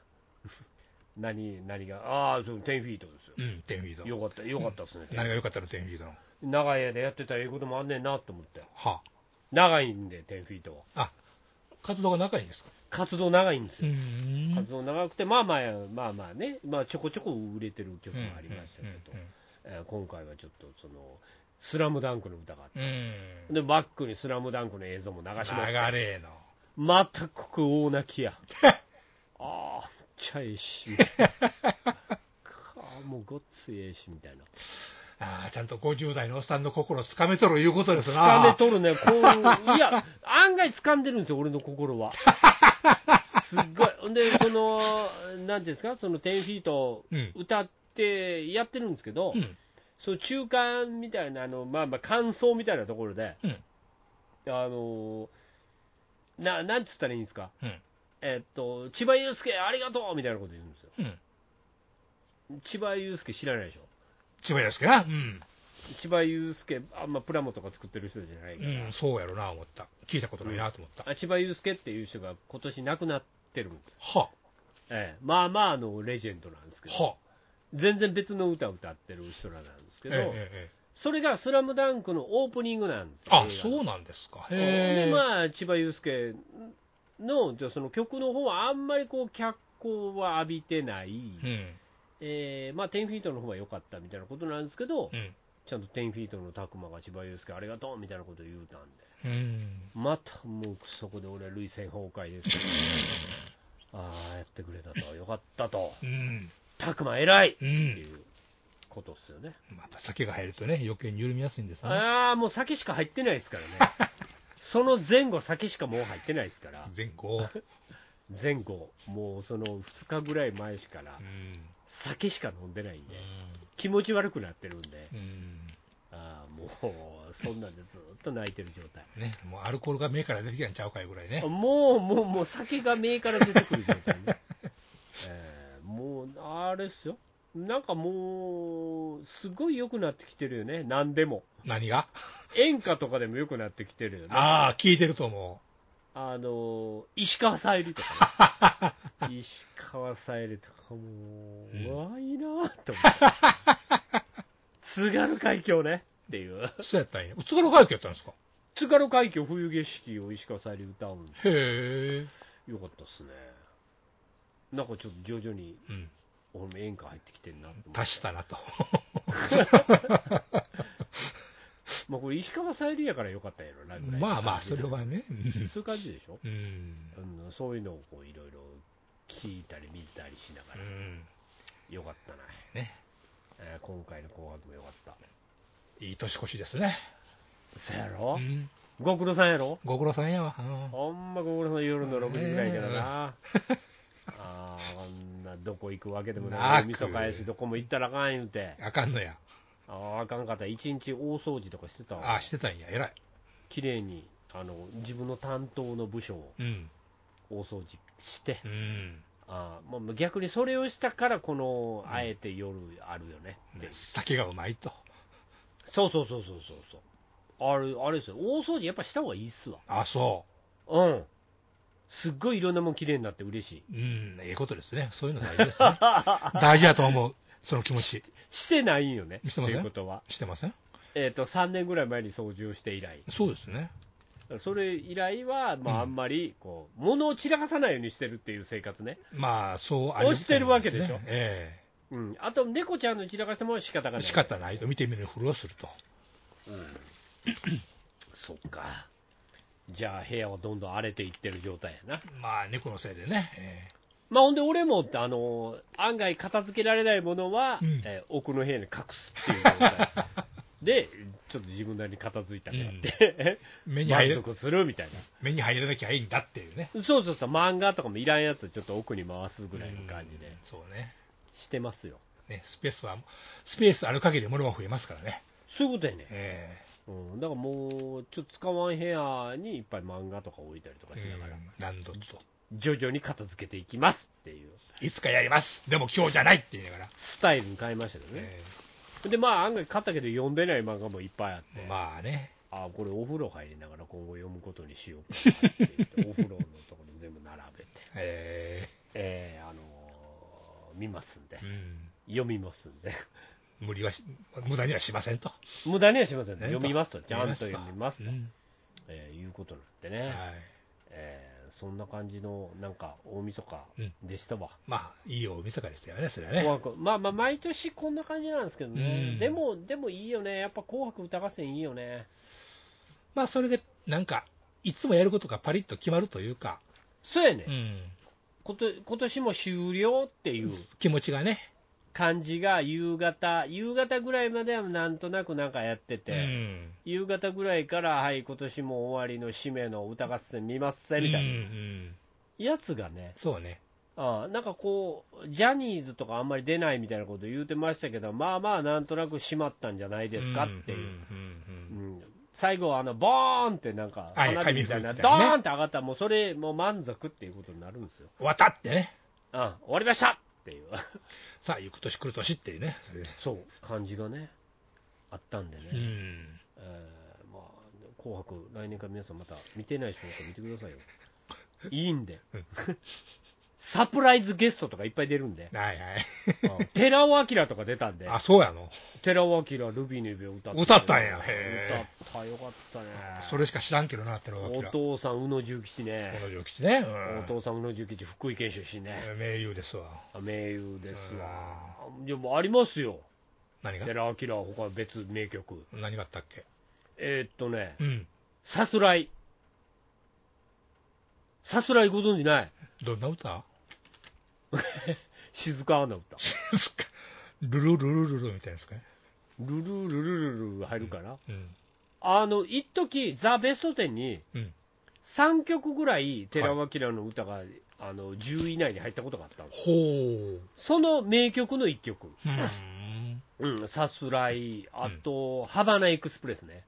Speaker 2: 何何が、ああ、その10フィートですよ。
Speaker 3: うん。テンフィード。
Speaker 2: よかった、よかったですね。
Speaker 3: 何が良かったのテンフィードの。
Speaker 2: 長い間やってたらええこともあんねんなと思って。
Speaker 3: は
Speaker 2: 長いんで、10フィートは。
Speaker 3: あ。活動が仲いいんですか
Speaker 2: 活動長いんですよ。
Speaker 3: ん
Speaker 2: 活動長くて、まあまあ、まあまあね、まあちょこちょこ売れてる曲もありましたけど、えー今回はちょっとその「スラムダンクの歌があっ
Speaker 3: うん。
Speaker 2: てでバックに「スラムダンクの映像も流しました
Speaker 3: 流れの。
Speaker 2: 全く大泣きやああめっちゃええしあーもうごっつええしみたいな
Speaker 3: ああ、ちゃんと50代のおっさんの心をつかめとるいうことです
Speaker 2: つ
Speaker 3: な。
Speaker 2: かめとるねこういういや案外掴んでるんですよ俺の心はすっごいほんでそのなんていうんですかその10フィート
Speaker 3: うん。
Speaker 2: 歌ってやってるんですけど、
Speaker 3: うん。
Speaker 2: その中間みたいなあの、まあ、まあ感想みたいなところで、
Speaker 3: うん
Speaker 2: あのななんつったらいいんですか、
Speaker 3: うん
Speaker 2: えっと千葉雄介、ありがとうみたいなこと言うんですよ、
Speaker 3: うん。
Speaker 2: 千葉雄介知らないでしょ、
Speaker 3: 千葉康介な。うん。
Speaker 2: 千葉雄介、あんまプラモとか作ってる人じゃないから、
Speaker 3: うん。そうやろな、思った。聞いたことないなと思った。
Speaker 2: あ千葉雄介っていう人が今年亡くなってるんです、
Speaker 3: は
Speaker 2: ええ、まあまああのレジェンドなんですけ
Speaker 3: あ。
Speaker 2: ど、
Speaker 3: はあ。
Speaker 2: 全然別の歌を歌ってる人らなんですけど、
Speaker 3: えええええ
Speaker 2: それが「スラムダンクのオープニングなんです
Speaker 3: あ、
Speaker 2: 映画の
Speaker 3: そうなんですか。
Speaker 2: で、
Speaker 3: へえ。
Speaker 2: まあ、千葉雄介のじゃあその曲の方はあんまりこう脚光は浴びてない、
Speaker 3: うん。
Speaker 2: えーまあ、10フィートの方が良かったみたいなことなんですけど、
Speaker 3: うん。
Speaker 2: ちゃんと10フィートの拓磨が千葉雄介ありがとうみたいなことを言うたんで、
Speaker 3: うん。
Speaker 2: またもうそこで俺、涙腺崩壊ですけ ど、ああ、やってくれたと、よかったと、
Speaker 3: うん。
Speaker 2: 拓磨偉いっ
Speaker 3: う
Speaker 2: て
Speaker 3: ん。
Speaker 2: いうことですよね。
Speaker 3: また酒が入るとね、余計に緩みやすいんですね。
Speaker 2: ああ、もう酒しか入ってないですから ね。その前後、酒しかもう入ってないですから、
Speaker 3: 前後。
Speaker 2: 前後、もうその2日ぐらい前しから
Speaker 3: う、ん。
Speaker 2: 酒しか飲んでないんで、気持ち悪くなってるんで、
Speaker 3: うん。
Speaker 2: ああ、もう、そんなんでずっと泣いてる状態。
Speaker 3: ね、もうアルコールが目から出てきたんちゃうかいうぐらいね。
Speaker 2: もう、もう、もう、酒が目から出てくる状態ね。えーもう、あれっすよ。なんかもう、すごい良くなってきてるよね、何でも。
Speaker 3: 何が
Speaker 2: 演歌とかでも良くなってきてるよね。
Speaker 3: ああ、聞いてると思
Speaker 2: あの、石川さゆりとかね。石川さゆりとかも
Speaker 3: うん
Speaker 2: う、うわ、いいなぁと思って津軽海峡ねっていう。
Speaker 3: う。そうやったんや。うつがろがやったんですか
Speaker 2: 津軽海峡冬景色を石川さゆり歌うんで
Speaker 3: へえ。
Speaker 2: よかったっすね。なんかちょっと徐々に
Speaker 3: うん。
Speaker 2: 俺も演歌入ってきてんなと思って
Speaker 3: 足したなと。
Speaker 2: まあこれ石川さゆりやからよかったんやろなぐらいの
Speaker 3: まあまあ、それ
Speaker 2: 感
Speaker 3: はね。
Speaker 2: じでそういう感じでしょ、
Speaker 3: うん。うん。
Speaker 2: うん、そういうのをこういろいろ聞いたり見たりしなが
Speaker 3: う
Speaker 2: ら
Speaker 3: ん。
Speaker 2: よかったな、
Speaker 3: ね。
Speaker 2: えー今回の「紅白」もよかった
Speaker 3: いい年越しですね。
Speaker 2: そや
Speaker 3: う
Speaker 2: ろ、
Speaker 3: ん。
Speaker 2: ご苦労さんやろ
Speaker 3: ご苦労さんやわ。うん
Speaker 2: ほんまご苦労さん夜の6時ぐらいからな、あーあんなどこ行くわけでもな
Speaker 3: ないく
Speaker 2: みそ返しどこも行ったらあかん言うて
Speaker 3: あかんのや。
Speaker 2: あーあかんかった一日大掃除とかしてた
Speaker 3: あ
Speaker 2: わ
Speaker 3: あ、してたんや。偉い。
Speaker 2: 綺麗にあの自分の担当の部署を
Speaker 3: うん。
Speaker 2: 大掃除して
Speaker 3: うん。
Speaker 2: あーまあ、逆にそれをしたから、この、あえて夜あるよねって、
Speaker 3: 酒がうまいと。
Speaker 2: そうそうそうそうそうそう、あれあれですよ、大掃除やっぱした方がいいっすわ、
Speaker 3: ああ、そ
Speaker 2: うん、すっごいいろんなもん綺麗になって嬉しい、
Speaker 3: う。うん。ええことですね。そういうの大事です ね。大事だと思う。その気持ち。
Speaker 2: してないんよね、
Speaker 3: してません
Speaker 2: ということは、
Speaker 3: してません
Speaker 2: えーと、3年ぐらい前に掃除をして以来、
Speaker 3: そうですね。
Speaker 2: それ以来は、ま
Speaker 3: うん
Speaker 2: あ、あんまりこう、物を散らかさないようにしてるっていう生活ね、
Speaker 3: まあ、そう
Speaker 2: 押してるわけでしょ
Speaker 3: え
Speaker 2: うん、あと猫ちゃんの散らかしたものは仕方がな
Speaker 3: え
Speaker 2: い、
Speaker 3: 仕方ないと、見て見ぬふりをすると。
Speaker 2: うん、そっか。じゃあ部屋はどんどん荒れていってる状態やな。
Speaker 3: まあ、猫のせいでね。え
Speaker 2: まあほんで俺も、あの案外片付けられないものは、
Speaker 3: うん
Speaker 2: えー奥の部屋に隠すっていう状 態。で、ちょっと自分なりに片付いたからって、
Speaker 3: え目に入
Speaker 2: 満
Speaker 3: れ、
Speaker 2: 足するみたい
Speaker 3: 目に入らなきゃいいんだっていうね。
Speaker 2: な。そうそうそう、漫画とかもいらんやつちょっと奥に回すぐらいの感じで
Speaker 3: うんそうね。
Speaker 2: してますよ。
Speaker 3: ね、スペースは、スペースある限り物は増えますからね。
Speaker 2: そういうことやね。
Speaker 3: え
Speaker 2: うん、だからもう、ちょっと使わん部屋にいっぱい漫画とか置いたりと
Speaker 3: え
Speaker 2: かしながら、
Speaker 3: うん何度と。
Speaker 2: 徐々に片付けていきますっていう。
Speaker 3: いつかやります。でも今日じゃないって言いながら。
Speaker 2: スタイルに変えましたけどね、
Speaker 3: え
Speaker 2: でまあ案外買ったけど読んでない漫画もいっぱいあって、
Speaker 3: えまあね。
Speaker 2: あこれお風呂入りながら今後読むことにしようかなって言って お風呂のところに全部並べて、
Speaker 3: え
Speaker 2: えーあのー見ますんで
Speaker 3: えうん。
Speaker 2: 読みますんで
Speaker 3: 無理はし、無駄にはしませんと。
Speaker 2: 無駄にはしません、ね、
Speaker 3: ね
Speaker 2: 読みますとちゃんと読
Speaker 3: と
Speaker 2: みますと、
Speaker 3: うん
Speaker 2: えーいうことになってね、
Speaker 3: はい。
Speaker 2: えーそんな感じのなんか大晦日
Speaker 3: うん
Speaker 2: でしたわ、
Speaker 3: まあ、いい大晦日でしたよね、それは
Speaker 2: 紅
Speaker 3: ね。
Speaker 2: 白まあまあ毎年こんな感じなんですけどね、
Speaker 3: うん
Speaker 2: でもでもいいよねやっぱ「紅白歌合戦」いいよね
Speaker 3: まあ、それで、なんか、いつもやることがパリッと決まるというか、
Speaker 2: そうやね、
Speaker 3: うん、
Speaker 2: こと今年も終了っていう
Speaker 3: 気持ちがね、
Speaker 2: 感じが夕方、夕方ぐらいまではなんとなくなんかやってて、
Speaker 3: うん、
Speaker 2: 夕方ぐらいから、はい、今年も終わりの締めの歌合戦見ますせみたいな、
Speaker 3: うんうん
Speaker 2: やつがね
Speaker 3: そうね、
Speaker 2: ああ、なんかこう、ジャニーズとかあんまり出ないみたいなこと言うてましたけど、まあまあ、なんとなく閉まったんじゃないですかっていう。
Speaker 3: うんうん
Speaker 2: うん最後はあのボーンってなんか
Speaker 3: はい
Speaker 2: 花火みたいな、ド
Speaker 3: 紙吹雪みたいなね
Speaker 2: ーンって上がったら、もうそれ、もう満足っていうことになるんですよ。
Speaker 3: 終わったってね、
Speaker 2: あ終わりましたっていう。
Speaker 3: さあ、行く年来る年っていうね、それで
Speaker 2: そう、感じがね、あったんでね、
Speaker 3: うん、
Speaker 2: えーまあ、紅白、来年から皆さんまた見てない人は見てくださいよ。いいんで、 サプライズゲストとかいっぱい出る んで、
Speaker 3: はいはい。
Speaker 2: うん寺尾明とか出たんで、
Speaker 3: あ、そうやの。
Speaker 2: 寺尾明、ルビーの指を歌った。
Speaker 3: 歌ったんやへ
Speaker 2: 歌った、よかったね。
Speaker 3: それしか知らんけどな、ってるわけ
Speaker 2: お
Speaker 3: だ。
Speaker 2: 父さん、宇野重吉
Speaker 3: 小
Speaker 2: ね。
Speaker 3: 野城吉ね。
Speaker 2: お
Speaker 3: う
Speaker 2: 父さん、宇野重吉、福井県出身ね。
Speaker 3: ん。名優ですわ。
Speaker 2: 名優ですわ。でもありますよ。
Speaker 3: 何が
Speaker 2: 寺尾明は他別名曲。
Speaker 3: 何があったっけ
Speaker 2: えーっとね、
Speaker 3: うん。
Speaker 2: さすらい。さすらいご存知ない
Speaker 3: どんな歌
Speaker 2: 静かな歌。
Speaker 3: すかルルルルルルみたいなですかね。
Speaker 2: ルルルルルル入るかな、
Speaker 3: うん。
Speaker 2: あの、一時ザ・ベスト10に
Speaker 3: うん。
Speaker 2: 3曲ぐらい寺尾明の歌が、あの10位以内に入ったことがあったの
Speaker 3: ほう。
Speaker 2: その名曲の1曲
Speaker 3: うん。
Speaker 2: 「うんさすらい」あと、ハバナエクスプレス」ね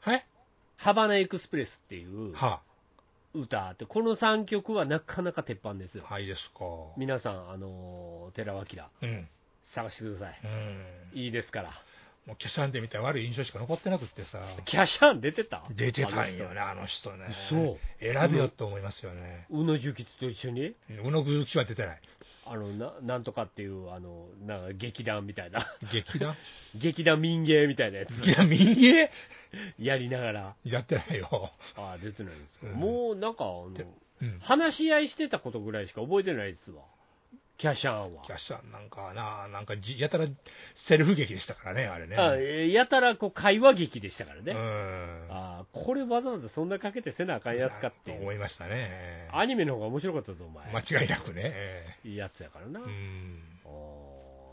Speaker 3: はい
Speaker 2: 「ハバナエクスプレス」っていう
Speaker 3: は
Speaker 2: 歌ってこの3曲はなかなか鉄板ですよ
Speaker 3: あ、はいですか。
Speaker 2: 皆さん、あのー寺尾明
Speaker 3: うん。
Speaker 2: 探してください
Speaker 3: うん。
Speaker 2: いいですから
Speaker 3: もう、キャシャンデみたいな悪い印象しか残ってなくってさ。
Speaker 2: キャシャン出てた
Speaker 3: 出てたんよ
Speaker 2: あ
Speaker 3: ね、あの人ね。
Speaker 2: 嘘
Speaker 3: 選べよと思いますよね。
Speaker 2: の人宇野重吉と一緒に
Speaker 3: うのぐずきは出てない。
Speaker 2: あのななんとかっていうあのなんか劇団みたいな
Speaker 3: 劇 団
Speaker 2: 劇団民芸みたいなやつ
Speaker 3: 劇団民芸
Speaker 2: やりながら、
Speaker 3: やってないよ。
Speaker 2: ああ、出てないんですけど、
Speaker 3: うん
Speaker 2: もうなんかあの、
Speaker 3: うん。
Speaker 2: 話し合いしてたことぐらいしか覚えてないですわ、キャシャンは
Speaker 3: キ。ャッシャーなんかな、なんかじ、やたらセルフ劇でしたからね、あれね。
Speaker 2: あえーやたらこう会話劇でしたから
Speaker 3: う
Speaker 2: ね、
Speaker 3: ん。
Speaker 2: ああこれわざわざそんなかけてせなあかんやつかっていう、
Speaker 3: 思いましたね。
Speaker 2: アニメの方が面白かったぞ、お前、
Speaker 3: 間違いなくね。え
Speaker 2: いいやつやからな、
Speaker 3: え
Speaker 2: あ
Speaker 3: うん。
Speaker 2: あ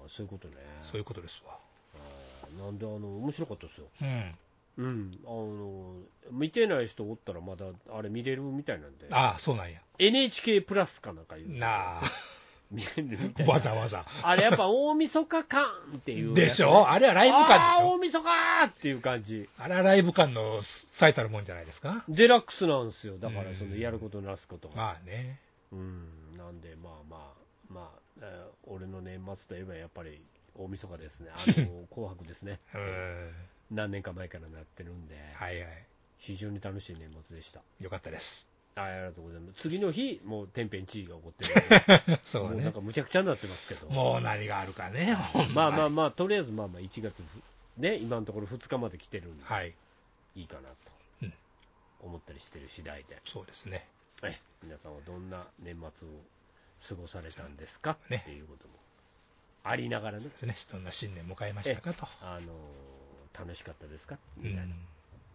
Speaker 2: そういうことね、
Speaker 3: そういうことですわ。
Speaker 2: ああなんであの面白かったですよ、
Speaker 3: うん。
Speaker 2: うんあの、見てない人おったら、まだあれ見れるみたいなんで、
Speaker 3: ああ、そうなんや。
Speaker 2: NHK プラスかなんかいう
Speaker 3: なあ、
Speaker 2: 見れるみたいな
Speaker 3: わ。ざわざ。
Speaker 2: あれやっぱ大晦日感っていうやつね、
Speaker 3: でしょあれはライブ
Speaker 2: あ
Speaker 3: 感
Speaker 2: ー
Speaker 3: でし
Speaker 2: 大
Speaker 3: ょ
Speaker 2: 晦日っていう感じ。
Speaker 3: あれはライブ感の最たるもんじゃないですか。
Speaker 2: デラックスなんですよ。だか
Speaker 3: う
Speaker 2: ら、
Speaker 3: ん
Speaker 2: その、やることなすことが。
Speaker 3: まあね。
Speaker 2: うん。なんで、まあまあ、まあ、えー俺の年末といえばやっぱり、大晦日 ですね。あの、紅白ですね。
Speaker 3: うん。
Speaker 2: 何年か前からなってるんで、
Speaker 3: はいはい。
Speaker 2: 非常に楽しい年末でした。
Speaker 3: よかったです。
Speaker 2: あありがとうございます。次の日、もう天変地異が起こってるんで
Speaker 3: そう
Speaker 2: もうな
Speaker 3: ね
Speaker 2: ん。かむちゃくちゃになってますけど。
Speaker 3: もう何があるかね、ほん
Speaker 2: まあ
Speaker 3: に
Speaker 2: まあまあ、とりあえずまあまあ1月、ね、今のところ2日まで来てるんで、
Speaker 3: はい、
Speaker 2: いいかな
Speaker 3: うん
Speaker 2: と思ったりしてる次第で、
Speaker 3: そうですね。
Speaker 2: え皆さんはどんな年末を過ごされたんですか
Speaker 3: ね
Speaker 2: っていうこともありながらね
Speaker 3: そう、ですね。どんな新年迎えましたかと。
Speaker 2: あのー楽しかったですか
Speaker 3: う。
Speaker 2: みたいなん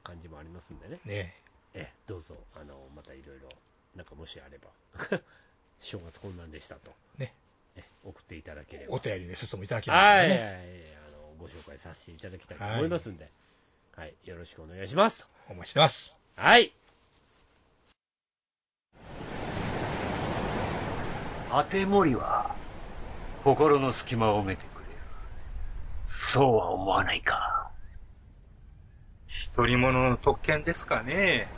Speaker 2: 感じもありますんでね、
Speaker 3: ね
Speaker 2: えどうぞ、あのまたいろいろ、なんかもしあれば、 正月こんなんでしたと、
Speaker 3: ね
Speaker 2: え送っていただければ
Speaker 3: お。便りの一つもいただきましたか
Speaker 2: は
Speaker 3: ら
Speaker 2: い、はい
Speaker 3: ね。
Speaker 2: はいあのご紹介させていただきたいと思いますんで、はい、よろしくお願いします。
Speaker 3: お待ちしてます。
Speaker 2: はい。当て森は、心の隙間を埋めてくれる。そうは思わないか。
Speaker 4: 一人者の特権ですかね。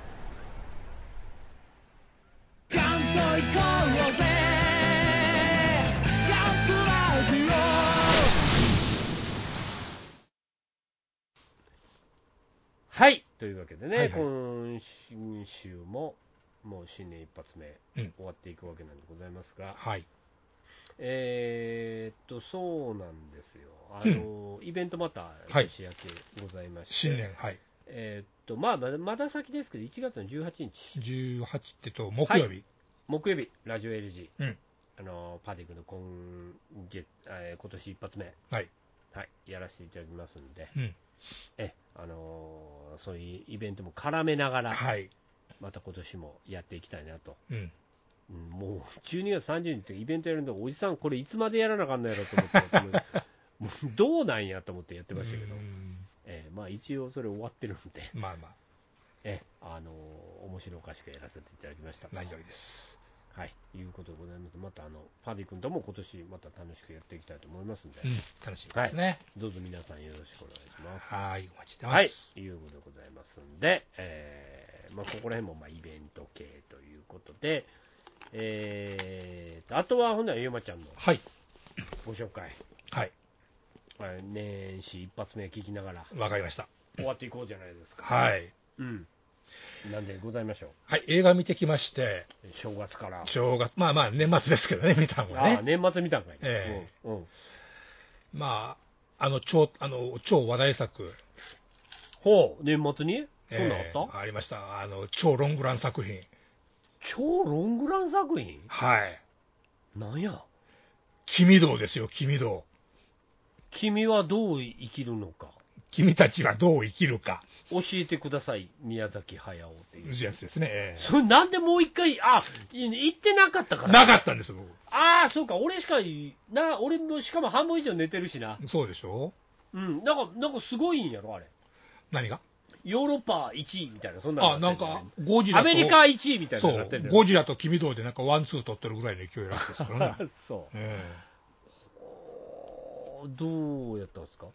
Speaker 2: はい。というわけでね、
Speaker 3: はいはい
Speaker 2: 今週も、もう新年一発目、
Speaker 3: うん
Speaker 2: 終わっていくわけなんでございますが、
Speaker 3: はい。
Speaker 2: えーっと、そうなんですよ。あの、イベントまた
Speaker 3: はい
Speaker 2: 年明けございまして、
Speaker 3: 新年、はい。
Speaker 2: えーっと、まあ、まだまだ先ですけど、1月の18日、
Speaker 3: 18ってと、木曜日。
Speaker 2: 木曜日、ラジオ LG、
Speaker 3: うん
Speaker 2: あのパーティークの今月、えー今年一発目、
Speaker 3: はい。
Speaker 2: はい、やらせていただきますんで、
Speaker 3: うん。
Speaker 2: えあのーそういうイベントも絡めながら、
Speaker 3: はい。
Speaker 2: また今年もやっていきたいなと、
Speaker 3: うん。
Speaker 2: うんもう12月30日ってイベントやるんだから、おじさん、これいつまでやらなあかんのやろと思って、もう どうなんやと思ってやってましたけど
Speaker 3: う、ん
Speaker 2: えーまあ、一応それ終わってるんで、
Speaker 3: まあま
Speaker 2: えあのー面白おかしくやらせていただきました
Speaker 3: あ、。何よりです。
Speaker 2: はい、いうことでございます。またあのパディ君とも今年また楽しくやっていきたいと思いますんで、
Speaker 3: うん。楽しみですね。
Speaker 2: どうぞ皆さんよろしくお願いします。
Speaker 3: はい。お待ちしてま
Speaker 2: はい
Speaker 3: す。、
Speaker 2: いうことでございますんで、えーまあ、ここら辺もまあイベント系ということで、えーとあとはほんならゆうまちゃんの
Speaker 3: はい。
Speaker 2: ご紹介、
Speaker 3: はい。
Speaker 2: はい年始一発目聞きながら
Speaker 3: わかりました。
Speaker 2: 終わっていこうじゃないですか。
Speaker 3: はい。
Speaker 2: うん、なんでございましょう。
Speaker 3: はい、映画見てきまして、
Speaker 2: 正月から。
Speaker 3: 正月、まあまあ年末です けどね、見たの
Speaker 2: あ
Speaker 3: が
Speaker 2: あ、
Speaker 3: ね。
Speaker 2: 年末見たんかい、
Speaker 3: え
Speaker 2: うんうん。
Speaker 3: まあ、あの、超、あの、超話題作。
Speaker 2: ほう、年末にそんなんあった、
Speaker 3: えーありました。あの、超ロングラン作品。
Speaker 2: 超ロングラン作品
Speaker 3: はい。
Speaker 2: なんや
Speaker 3: 君道ですよ、君道。
Speaker 2: 君はどう生きるのか。
Speaker 3: 君たちはどう生きるか。
Speaker 2: 教えてください、宮崎駿っていう。
Speaker 3: やつですね。えー
Speaker 2: それなんでもう一回、あ、い行ってなかったから。
Speaker 3: なかったんです、僕。
Speaker 2: ああ、そうか、俺しかい、な、俺もしかも半分以上寝てるしな。
Speaker 3: そうでしょ
Speaker 2: うん、なんか、なんかすごいんやろ、あれ。
Speaker 3: 何が
Speaker 2: ヨーロッパ1位みたいな、そんな
Speaker 3: あ、
Speaker 2: の
Speaker 3: なん
Speaker 2: ったじゃい
Speaker 3: か、ゴジラ
Speaker 2: ア
Speaker 3: と。
Speaker 2: メリカ1位みたいな
Speaker 3: そ
Speaker 2: のになって
Speaker 3: う
Speaker 2: る、
Speaker 3: ゴジラと君道でなんかワンツー取ってるぐらいの勢いらしいですからね。
Speaker 2: ラ。そう。
Speaker 3: ええ
Speaker 2: おーどうやったんですか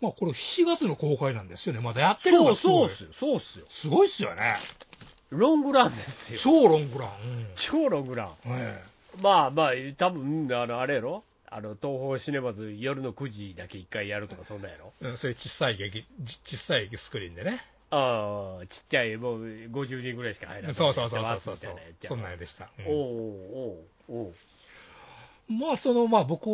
Speaker 3: まあこれ7月の公開なんですよね。まだやってるの
Speaker 2: そうそう
Speaker 3: がすごい
Speaker 2: っすよ、そうっすよ。
Speaker 3: すごいっすよね。
Speaker 2: ロングランですよ。
Speaker 3: 超ロングラン。うん
Speaker 2: 超ロングラン。
Speaker 3: え
Speaker 2: まあまあ、多分あのあれやろあの東宝シネマズ夜の9時だけ一回やるとかそんなんやろ
Speaker 3: えうんそういう小さい劇、ち小さいスクリーンでね。
Speaker 2: ああ、ちっちゃい、もう50人ぐらいしか入らない。
Speaker 3: そうそうそう
Speaker 2: やってます
Speaker 3: そう
Speaker 2: み
Speaker 3: そ
Speaker 2: た
Speaker 3: う
Speaker 2: いなやっちゃ
Speaker 3: そんなん
Speaker 2: う
Speaker 3: やでした。うん
Speaker 2: おうおうおう
Speaker 3: まあそのまあ僕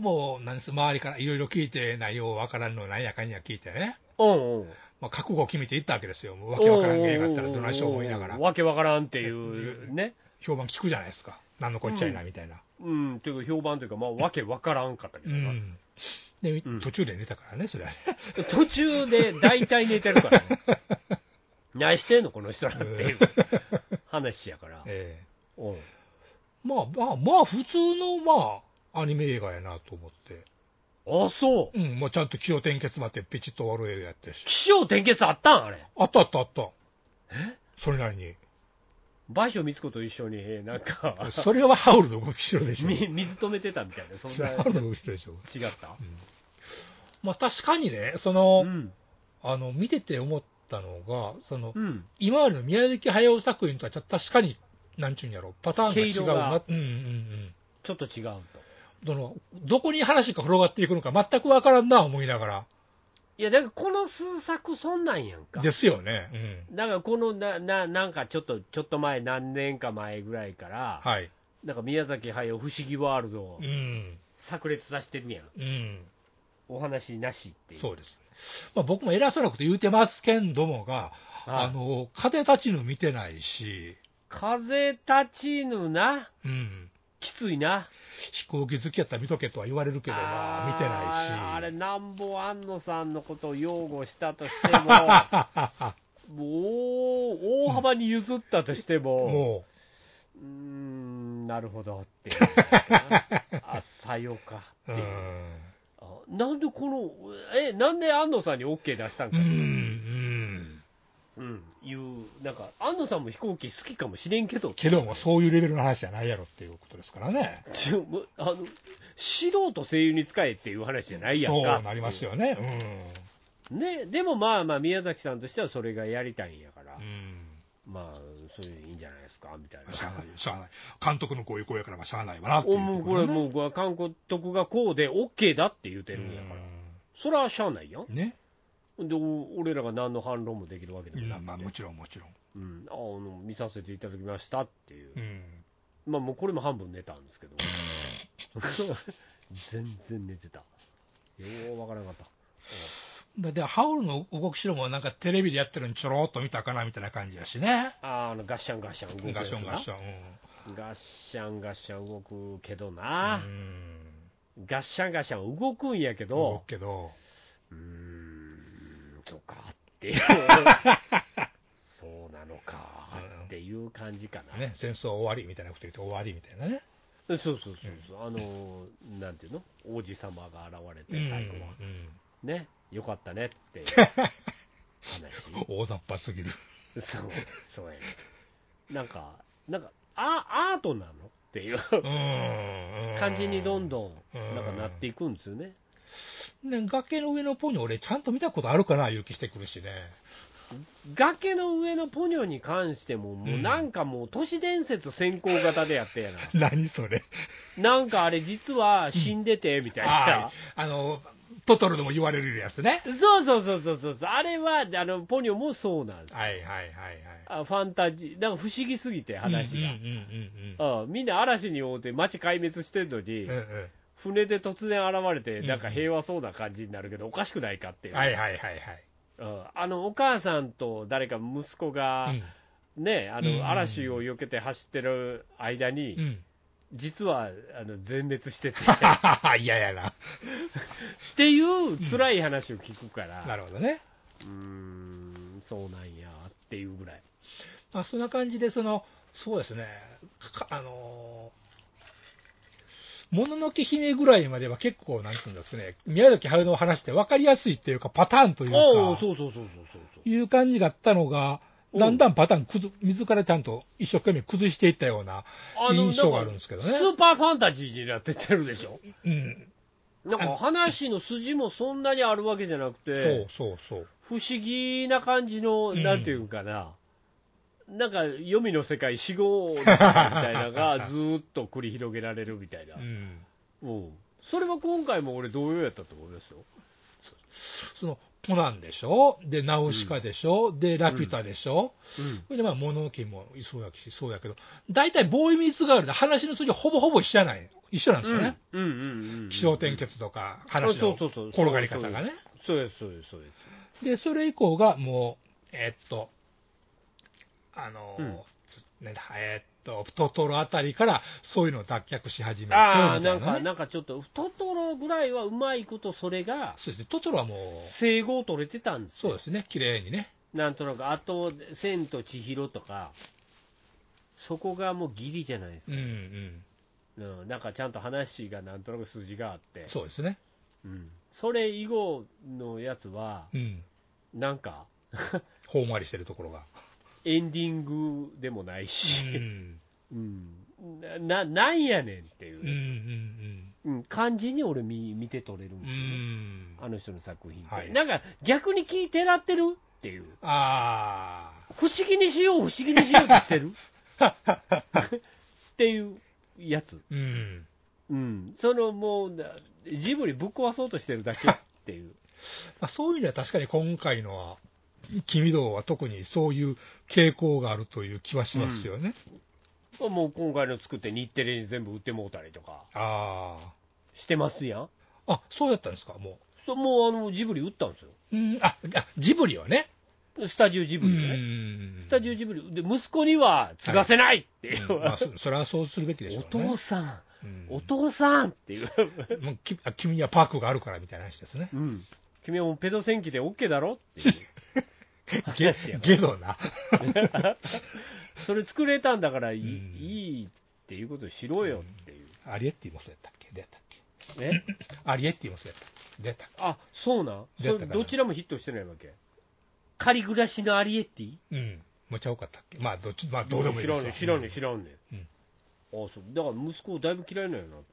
Speaker 3: もなんです周りからいろいろ聞いて内容わからんのなんやかんや聞いてね。
Speaker 2: おうおう
Speaker 3: まあ覚悟を決めていったわけですよ。もう
Speaker 2: わ
Speaker 3: わけわからん映画だったらどないしよう思いながら。
Speaker 2: わけわからんっていうね。
Speaker 3: 評判聞くじゃないですか。何のこっちゃいなみたいな。
Speaker 2: うん、というか評判というか、まあ、わけわからんかったけ
Speaker 3: う
Speaker 2: どな、
Speaker 3: ん。で、
Speaker 2: うん
Speaker 3: 途中で寝たからね、それはね。
Speaker 2: 途中で大体寝てるからね。 何してんの、この人らっていう話やから。
Speaker 3: ええ
Speaker 2: うん
Speaker 3: まあまあ、まあ普通のまあ、アニメ映画やなと思って。
Speaker 2: あ、そう。
Speaker 3: うん、まあちゃんと気を転結まってピチッと終わる映画やってるし。
Speaker 2: 起承転結あったんあれ。
Speaker 3: あったあったあった。それなりに。
Speaker 2: 倍賞美津子と一緒に、なんか、
Speaker 3: それはハウルの動きしろでしょ。
Speaker 2: み水止めてたみたいな、そん
Speaker 3: それ
Speaker 2: な
Speaker 3: はハウルの動きしろでしょ。
Speaker 2: 違った。
Speaker 3: まあ確かにね、そうの、
Speaker 2: ん。
Speaker 3: あの、見てて思ったのが、その、
Speaker 2: うん。
Speaker 3: 今までの宮崎駿作品とはちょっと確かに、なんちゅうんやろ、パターンが違う
Speaker 2: 毛色
Speaker 3: な
Speaker 2: が。
Speaker 3: うんうんうん。
Speaker 2: ちょっと違うと。
Speaker 3: どの、どこに話が転がっていくのか全くわからんな思いなが
Speaker 2: いや、だからこの数作、そんなんやんか。
Speaker 3: ら。ですよね。うん。
Speaker 2: だからこのな、な、なんかちょっと、ちょっと前、何年か前ぐらいから、
Speaker 3: はい。
Speaker 2: なんか宮崎駿不思議ワールドを
Speaker 3: うん。
Speaker 2: 炸裂させてるやん。
Speaker 3: うん。
Speaker 2: お話なしっていう。
Speaker 3: そうです。まあ、僕も偉そうなこと言うてますけんどもが、
Speaker 2: はい
Speaker 3: あの、風立ちぬ見てないし、
Speaker 2: 風立ちぬな、
Speaker 3: うん、
Speaker 2: きついな。
Speaker 3: 飛行機好きやったら見とけとは言われるけど、まあ、見てないし。
Speaker 2: あーあれ、なんぼ安野さんのことを擁護したとして も、もう大幅に譲ったとしても、
Speaker 3: も
Speaker 2: うーん、なるほどって、 あさよかっ
Speaker 3: う、
Speaker 2: て
Speaker 3: う
Speaker 2: いう、
Speaker 3: ん。
Speaker 2: あなんでこの、え、なんで安野さんに OK 出したん
Speaker 3: う
Speaker 2: か、
Speaker 3: ん。
Speaker 2: うん、いう、なんか、安野さんも飛行機好きかもしれんけど、
Speaker 3: けども、そういうレベルの話じゃないやろっていうことですからね。
Speaker 2: ちょもあの素人声優に使えっていう話じゃないやん
Speaker 3: そう
Speaker 2: か。
Speaker 3: なりますよね。
Speaker 2: ね、でもまあまあ、宮崎さんとしてはそれがやりたいんやから、
Speaker 3: うん。うん。
Speaker 2: まあ、それでいいんじゃないですかみたい
Speaker 3: まあしゃあ
Speaker 2: な。
Speaker 3: ないよ、しゃあない。監督のこういう声やから、まあ、しゃあないわなってい
Speaker 2: お
Speaker 3: う
Speaker 2: もう
Speaker 3: とこ
Speaker 2: こ
Speaker 3: ろ
Speaker 2: れ、
Speaker 3: ね、
Speaker 2: もう韓国がこうで OK だって言うてるんやから、それはしゃあないやん
Speaker 3: うん。ね。
Speaker 2: で、お俺らが何の反論もできるわけで
Speaker 3: う
Speaker 2: も
Speaker 3: ん
Speaker 2: なくて、
Speaker 3: まあ、もちろん、もちろん。
Speaker 2: うんああの見させていただきましたっていう、
Speaker 3: うん。
Speaker 2: まあもうこれも半分寝たんですけど、 全然寝てた、ようわからなかった。
Speaker 3: だってハウルの動きしろもなんかテレビでやってるのにちょろっと見たかなみたいな感じやしね。
Speaker 2: あーあのガッシャンガッシャン動くや
Speaker 3: ガ
Speaker 2: つ
Speaker 3: ション
Speaker 2: な
Speaker 3: ガション。
Speaker 2: ガッシャンガッシャン動くけど
Speaker 3: う
Speaker 2: な、
Speaker 3: ん。
Speaker 2: ガッシャンガッシャン動くんやけ
Speaker 3: 動
Speaker 2: ど
Speaker 3: く、けど。
Speaker 2: うーん、そうかって いう、そうなのかっていう感じかな。
Speaker 3: ね、戦争終わりみたいなこと言って終わりみたいなね。
Speaker 2: そうそうそうそう、あのー、なんていうの、王子様が現れて、最後は、
Speaker 3: うん
Speaker 2: ね、よかったねって いう話、
Speaker 3: 大雑把 すぎる。
Speaker 2: そう、そうやね。なんか、なんか、あアートなのっていう
Speaker 3: うん。
Speaker 2: 感じにどんど、
Speaker 3: うんん
Speaker 2: なんかなっていくんですよね。
Speaker 3: ん。ね、崖の上のポニョ俺ちゃんと見たことあるかな勇気してくるしね。
Speaker 2: 崖の上のポニョに関しても、もううんなんかもう都市伝説先行型でやってやな。
Speaker 3: 何それ。
Speaker 2: なんかあれ実は死んでて、みたい
Speaker 3: は
Speaker 2: な。
Speaker 3: い。あの、トトロでも言われるやつね。
Speaker 2: そうそうそうそうそうそう、あれはあのポニョもそうなんです、
Speaker 3: はいはいはい
Speaker 2: あファンタジー、なんか不思議すぎて、
Speaker 3: はい。
Speaker 2: 話が、
Speaker 3: うんうんうんうん
Speaker 2: あみんな嵐に追うて、街壊滅してんのに、
Speaker 3: うんうん
Speaker 2: 船で突然現れ
Speaker 3: う
Speaker 2: て、
Speaker 3: ん
Speaker 2: なんか平和そうな感じになるけど、おかしくないかっていう、
Speaker 3: はいはいはいはい。
Speaker 2: うんあのお母さんと誰か息子が、ね、あ
Speaker 3: うん
Speaker 2: の嵐を避けて走ってる間に、
Speaker 3: うん。うん。
Speaker 2: 実はあの全滅してて、 っ
Speaker 3: はは 嫌やな。
Speaker 2: ていう辛い話を聞くから。
Speaker 3: なるほどね。
Speaker 2: うーん、そうなんやっていうぐらい。
Speaker 3: まあ、そんな感じで、その、そうですね、かあのーもののけ姫ぐらいまでは結構、なんていうんですかね、宮崎駿の話って分かりやすいっていうか、パターンというか、
Speaker 2: おお、そうそうそうそうそうそう。
Speaker 3: いう感じだったのが、
Speaker 2: うん
Speaker 3: だんだんパターン崩、自らちゃんと一生懸命崩していったような、印象があるんですけどね
Speaker 2: なかスーパーファンタジーになってってるでしょ。
Speaker 3: うん、
Speaker 2: なんか話の筋もそんなにあるわけじゃなく
Speaker 3: そう
Speaker 2: て、
Speaker 3: そうそう、
Speaker 2: 不思議な感じの、
Speaker 3: うん
Speaker 2: なんていうんかな。なんか、黄みの世界、死後みたいなの がずーっと繰り広げられるみたいな。
Speaker 3: うん、
Speaker 2: うん。それは今回も俺同様やったと思いますよ。
Speaker 3: そのコナンでしょ、で、ナウシカでしょ、で、ラピュタでしょ、
Speaker 2: うん。
Speaker 3: それでまあ、物置もそうやし、そうやけど、大体、ボーイミーツガールで話の筋はほぼほぼ一緒じゃない、一緒なんですよね。
Speaker 2: うんうんうん。
Speaker 3: 気象転。結とか話の
Speaker 2: あそうそうそう
Speaker 3: 転がり方がね。
Speaker 2: そうです、そうです、そうです。
Speaker 3: で、それ以降がもう、えっと、あのー
Speaker 2: うん
Speaker 3: つねえっと、トトロあたりからそういうのを脱却し始めて、み
Speaker 2: ああ、
Speaker 3: たい
Speaker 2: な
Speaker 3: なん
Speaker 2: か、
Speaker 3: ね。
Speaker 2: なんかちょっと、トトロぐらいはうまいこと、それが、
Speaker 3: そうですね、トトロはもう、
Speaker 2: 整合取れてたんです
Speaker 3: そう
Speaker 2: よ
Speaker 3: で、すね、綺麗にね。
Speaker 2: なんとなく、あと、千と千尋とか、そこがもうギリじゃないです
Speaker 3: うんう
Speaker 2: か、
Speaker 3: ん。
Speaker 2: うんなんかちゃんと話がなんとなく筋があって、
Speaker 3: そうですね。
Speaker 2: うんそれ以後のやつは、
Speaker 3: うん。
Speaker 2: なんか、
Speaker 3: ほんわりしてるところが。
Speaker 2: エンディングでもないうし、
Speaker 3: ん。
Speaker 2: うんななんやねんって
Speaker 3: うんう
Speaker 2: いう、
Speaker 3: ん
Speaker 2: うん感じに俺見、見て取れるん
Speaker 3: うん。う
Speaker 2: ですよね。あの人
Speaker 3: ん。
Speaker 2: の作品って、
Speaker 3: はい
Speaker 2: なんか逆に聞いてらってるっていう、
Speaker 3: あ
Speaker 2: 不思議にしよう、不思議にしようとしてるっていうやつ、
Speaker 3: ー。うん。
Speaker 2: うん、そのもうな、ジブリぶっ壊そうとしてるだけっていう、
Speaker 3: まあ、そういう意味では確かに今回のは、君道は特にそういう傾向があるという気はしますよね。
Speaker 2: もう今回の作って、日テレに全部売ってもうたりとか
Speaker 3: あ
Speaker 2: してますやん、
Speaker 3: あ。あ、そうだったんですか、も
Speaker 2: そもうあのジブリ売ったんですよ、
Speaker 3: う。うん、あ、あジブリはね。
Speaker 2: スタジオジブリでね。
Speaker 3: ん
Speaker 2: スタジオジブリで息子には継がせないっていう、
Speaker 3: うんまあ、そそれはそうするべきでしょ
Speaker 2: お
Speaker 3: うね。
Speaker 2: 父さん、
Speaker 3: うん
Speaker 2: お父さんっていう、
Speaker 3: もうきあ君にはパークがあるからみたいな話です ね。
Speaker 2: うん、君はもうペド戦記で OK だろって いう
Speaker 3: ゲ
Speaker 2: 話やか
Speaker 3: ゲドな。
Speaker 2: ら それ作れたんだからいい,、
Speaker 3: うん
Speaker 2: いいっていうことをしろよっていう、
Speaker 3: アリエッティもそうやったっけ出たっけ
Speaker 2: ね、
Speaker 3: アリエッティもそうやったっけ出たっ
Speaker 2: あそうなん
Speaker 3: 出た
Speaker 2: そ
Speaker 3: か
Speaker 2: れ
Speaker 3: な
Speaker 2: どちらもヒットしてないわけ仮暮らしのアリエッティ
Speaker 3: けうん。むちゃ多かったっけまあ、どっち、まあ、どうでもいい
Speaker 2: 知
Speaker 3: で
Speaker 2: ら
Speaker 3: す
Speaker 2: んね
Speaker 3: わ
Speaker 2: ん知らんねん知らんねん、
Speaker 3: うん
Speaker 2: あそうだから息子をだいぶ嫌いなんやなと